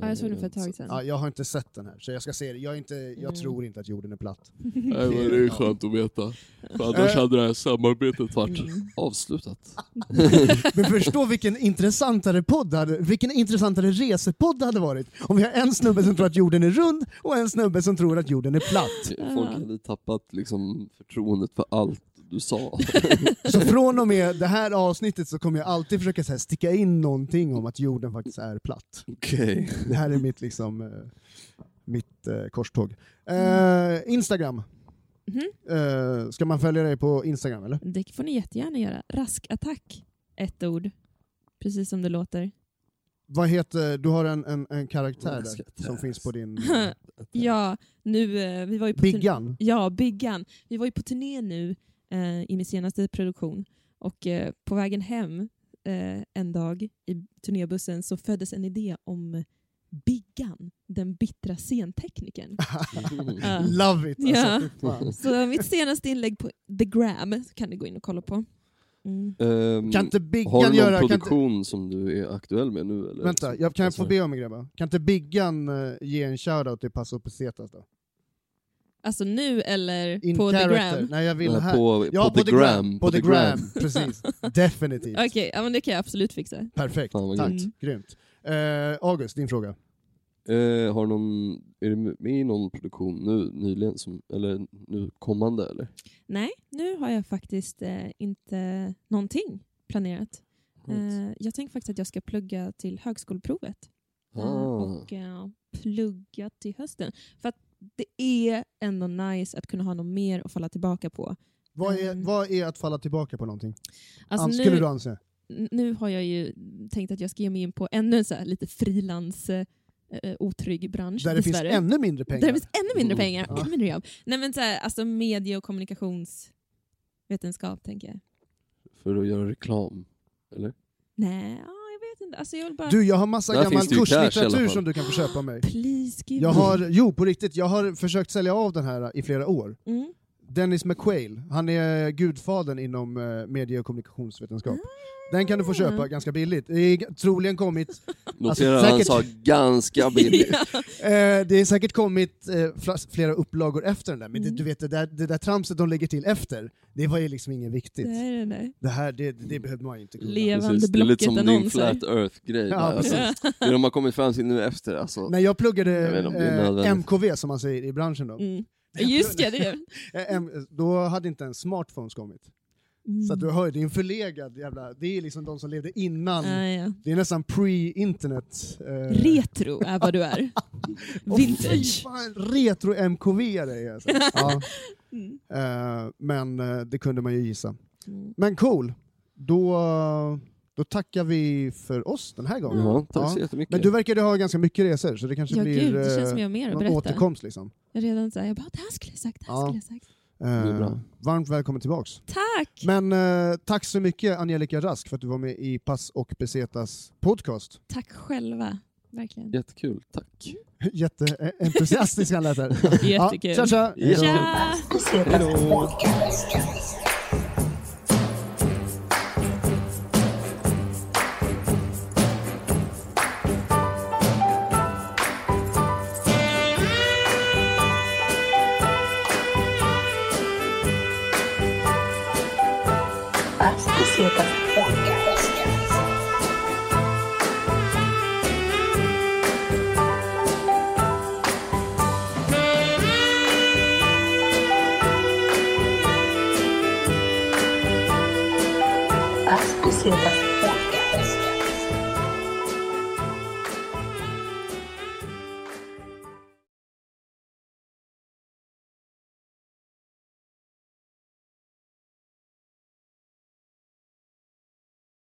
S3: Ja, jag såg den för ett tag sedan.
S1: Ja, jag har inte sett den här, så jag ska se det. Jag, är inte, jag
S3: Mm.
S1: tror inte att jorden är platt.
S2: Nej, men det är skönt att veta. För annars hade det här samarbetet varit avslutat.
S1: Men förstå vilken intressantare podd det hade, vilken intressantare resepodd det hade varit om vi har en snubbe som tror att jorden är rund och en snubbe som tror att jorden är platt.
S2: Folk hade tappat liksom förtroendet för allt du sa.
S1: Så från och med det här avsnittet så kommer jag alltid försöka så här, sticka in någonting om att jorden faktiskt är platt.
S2: Okej.
S1: Det här är mitt, liksom, eh, mitt eh, korståg. Eh, Instagram. Eh, ska man följa dig på Instagram eller?
S3: Mhm. Det får ni jättegärna göra. Raskattack, ett ord. Precis som det låter.
S1: Vad heter, du har en, en, en karaktär
S2: Jag ska
S1: där, som
S2: ta-
S1: finns på din...
S3: Ja, nu, eh, vi var ju på turné-
S1: Biggan?
S3: Ja, Biggan. Vi var ju på turné nu eh, i min senaste produktion och eh, på vägen hem eh, en dag i turnébussen så föddes en idé om Biggan, den bittra scenteknikern.
S2: Mm.
S3: Ja.
S1: Love it! Alltså,
S3: Ja.
S1: fy fan.
S3: Så mitt senaste inlägg på The Gram så kan ni gå in och kolla på. Mm.
S2: Ehm,
S1: Kan inte Biggan
S2: har du någon
S1: göra... Kan inte,
S2: produktion som du är aktuell med nu eller?
S1: vänta, jag, kan jag få be
S2: Alltså.
S1: om en grej bara? Kan inte Biggan eh, ge en shoutout till Paso Pesetas då?
S3: Alltså nu eller
S1: In
S3: på
S1: character.
S3: The Gram?
S1: Nej, jag vill
S2: Nej,
S1: här.
S2: På,
S1: ja,
S2: på, the gram.
S1: På the gram, precis. Definitivt.
S3: Okej, ja, men det kan jag absolut fixa. Mm.
S1: Perfekt,
S2: Fan, vad
S1: tack.
S3: grymt.
S1: Grymt. Eh, August, din fråga.
S2: Eh, har någon, är du med i någon produktion nu nyligen, som, eller nu kommande eller?
S3: Nej, nu har jag faktiskt eh, inte någonting planerat. Eh, jag tänker faktiskt att jag ska plugga till högskoleprovet. Eh,
S2: ah,
S3: och eh, plugga till hösten. För att det är ändå nice att kunna ha något mer att falla tillbaka på.
S1: Vad är,
S3: Mm.
S1: vad är att falla tillbaka på någonting?
S3: Alltså
S1: An-
S3: nu,
S1: Skulle du anse?
S3: nu har jag ju tänkt att jag ska ge mig in på ännu en så här lite frilans eh, eh, otrygg bransch
S1: Där det finns
S3: dessvärre.
S1: ännu mindre pengar?
S3: Där det finns ännu mindre
S2: Mm.
S3: pengar och
S1: Ja.
S3: ännu mindre jobb. Nej men så här, alltså medie och kommunikationsvetenskap tänker jag.
S2: för att göra reklam.
S3: Nej, ja, jag vet inte. Alltså jag vill bara...
S1: Du, jag har massa
S2: Där
S1: gammal
S2: finns det ju cash i alla
S1: kurslitteratur
S2: fall.
S1: som du kan få köpa av mig.
S3: Please give
S1: Jag
S3: me.
S1: har, jo på riktigt, jag har försökt sälja av den här i flera år.
S3: Mm.
S1: Dennis McQuail, han är gudfadern inom eh, medie och kommunikationsvetenskap. Den kan du få köpa ganska billigt. Det är g- troligen kommit, Alltså,
S2: Notera
S1: säkert-
S2: han sa ganska billigt.
S1: eh, det är säkert kommit eh, flas- flera upplagor efter den där, men det,
S3: Mm.
S1: du vet det där, det där tramset de lägger till efter, det var ju liksom inget viktigt.
S3: Nej, nej, nej.
S1: Det här, det, det behövde man ju inte kunna.
S3: Levande
S2: Precis, det är lite som din
S3: Blocket-annonser.
S2: flat earth-grej.
S1: Ja,
S2: där, alltså,
S1: precis.
S2: det de har kommit fram till nu efter alltså.
S1: När jag pluggade
S2: Jag vet inte om det är
S1: eh,
S2: nödvändigt.
S1: MKV som man säger i branschen då,
S3: Mm. Just ja, det är
S1: eh, em- då hade inte ens smartphones kommit.
S3: mm.
S1: Så att du hör, det är en förlegad jävla... Det är liksom de som levde innan.
S3: Ah, ja.
S1: Det är nästan pre-internet. eh.
S3: Retro är vad du är.
S1: Åh, fy
S3: Vintage.
S1: fan, Retro-MKV det är alltså. ja.
S3: Mm.
S1: eh, Men eh, det kunde man ju gissa.
S3: Mm.
S1: Men cool, då, då tackar vi för oss den här gången.
S2: Ja, tack
S1: Ja.
S2: så jättemycket.
S1: Men du verkade ha ganska mycket resor så det kanske
S3: Ja,
S1: blir
S3: gud, det
S1: eh,
S3: känns som jag har mer att
S1: någon
S3: berätta.
S1: återkomst. Liksom.
S3: Jag är redan såhär, jag bara, det här skulle jag sagt, det här
S1: Ja.
S3: skulle jag sagt.
S1: Eh,
S2: blir bra.
S1: varmt välkommen tillbaks.
S3: Tack!
S1: Men eh, tack så mycket Angelica Rask för att du var med i Pass och Pesetas podcast.
S3: Tack själva. Verkligen.
S2: Jättekul, tack.
S1: Jätteentusiastisk han lät här.
S3: Jättekul.
S1: Ja, tja, tja. Hej då.
S3: Tja!
S4: Hasta podcast. Hasta siempre.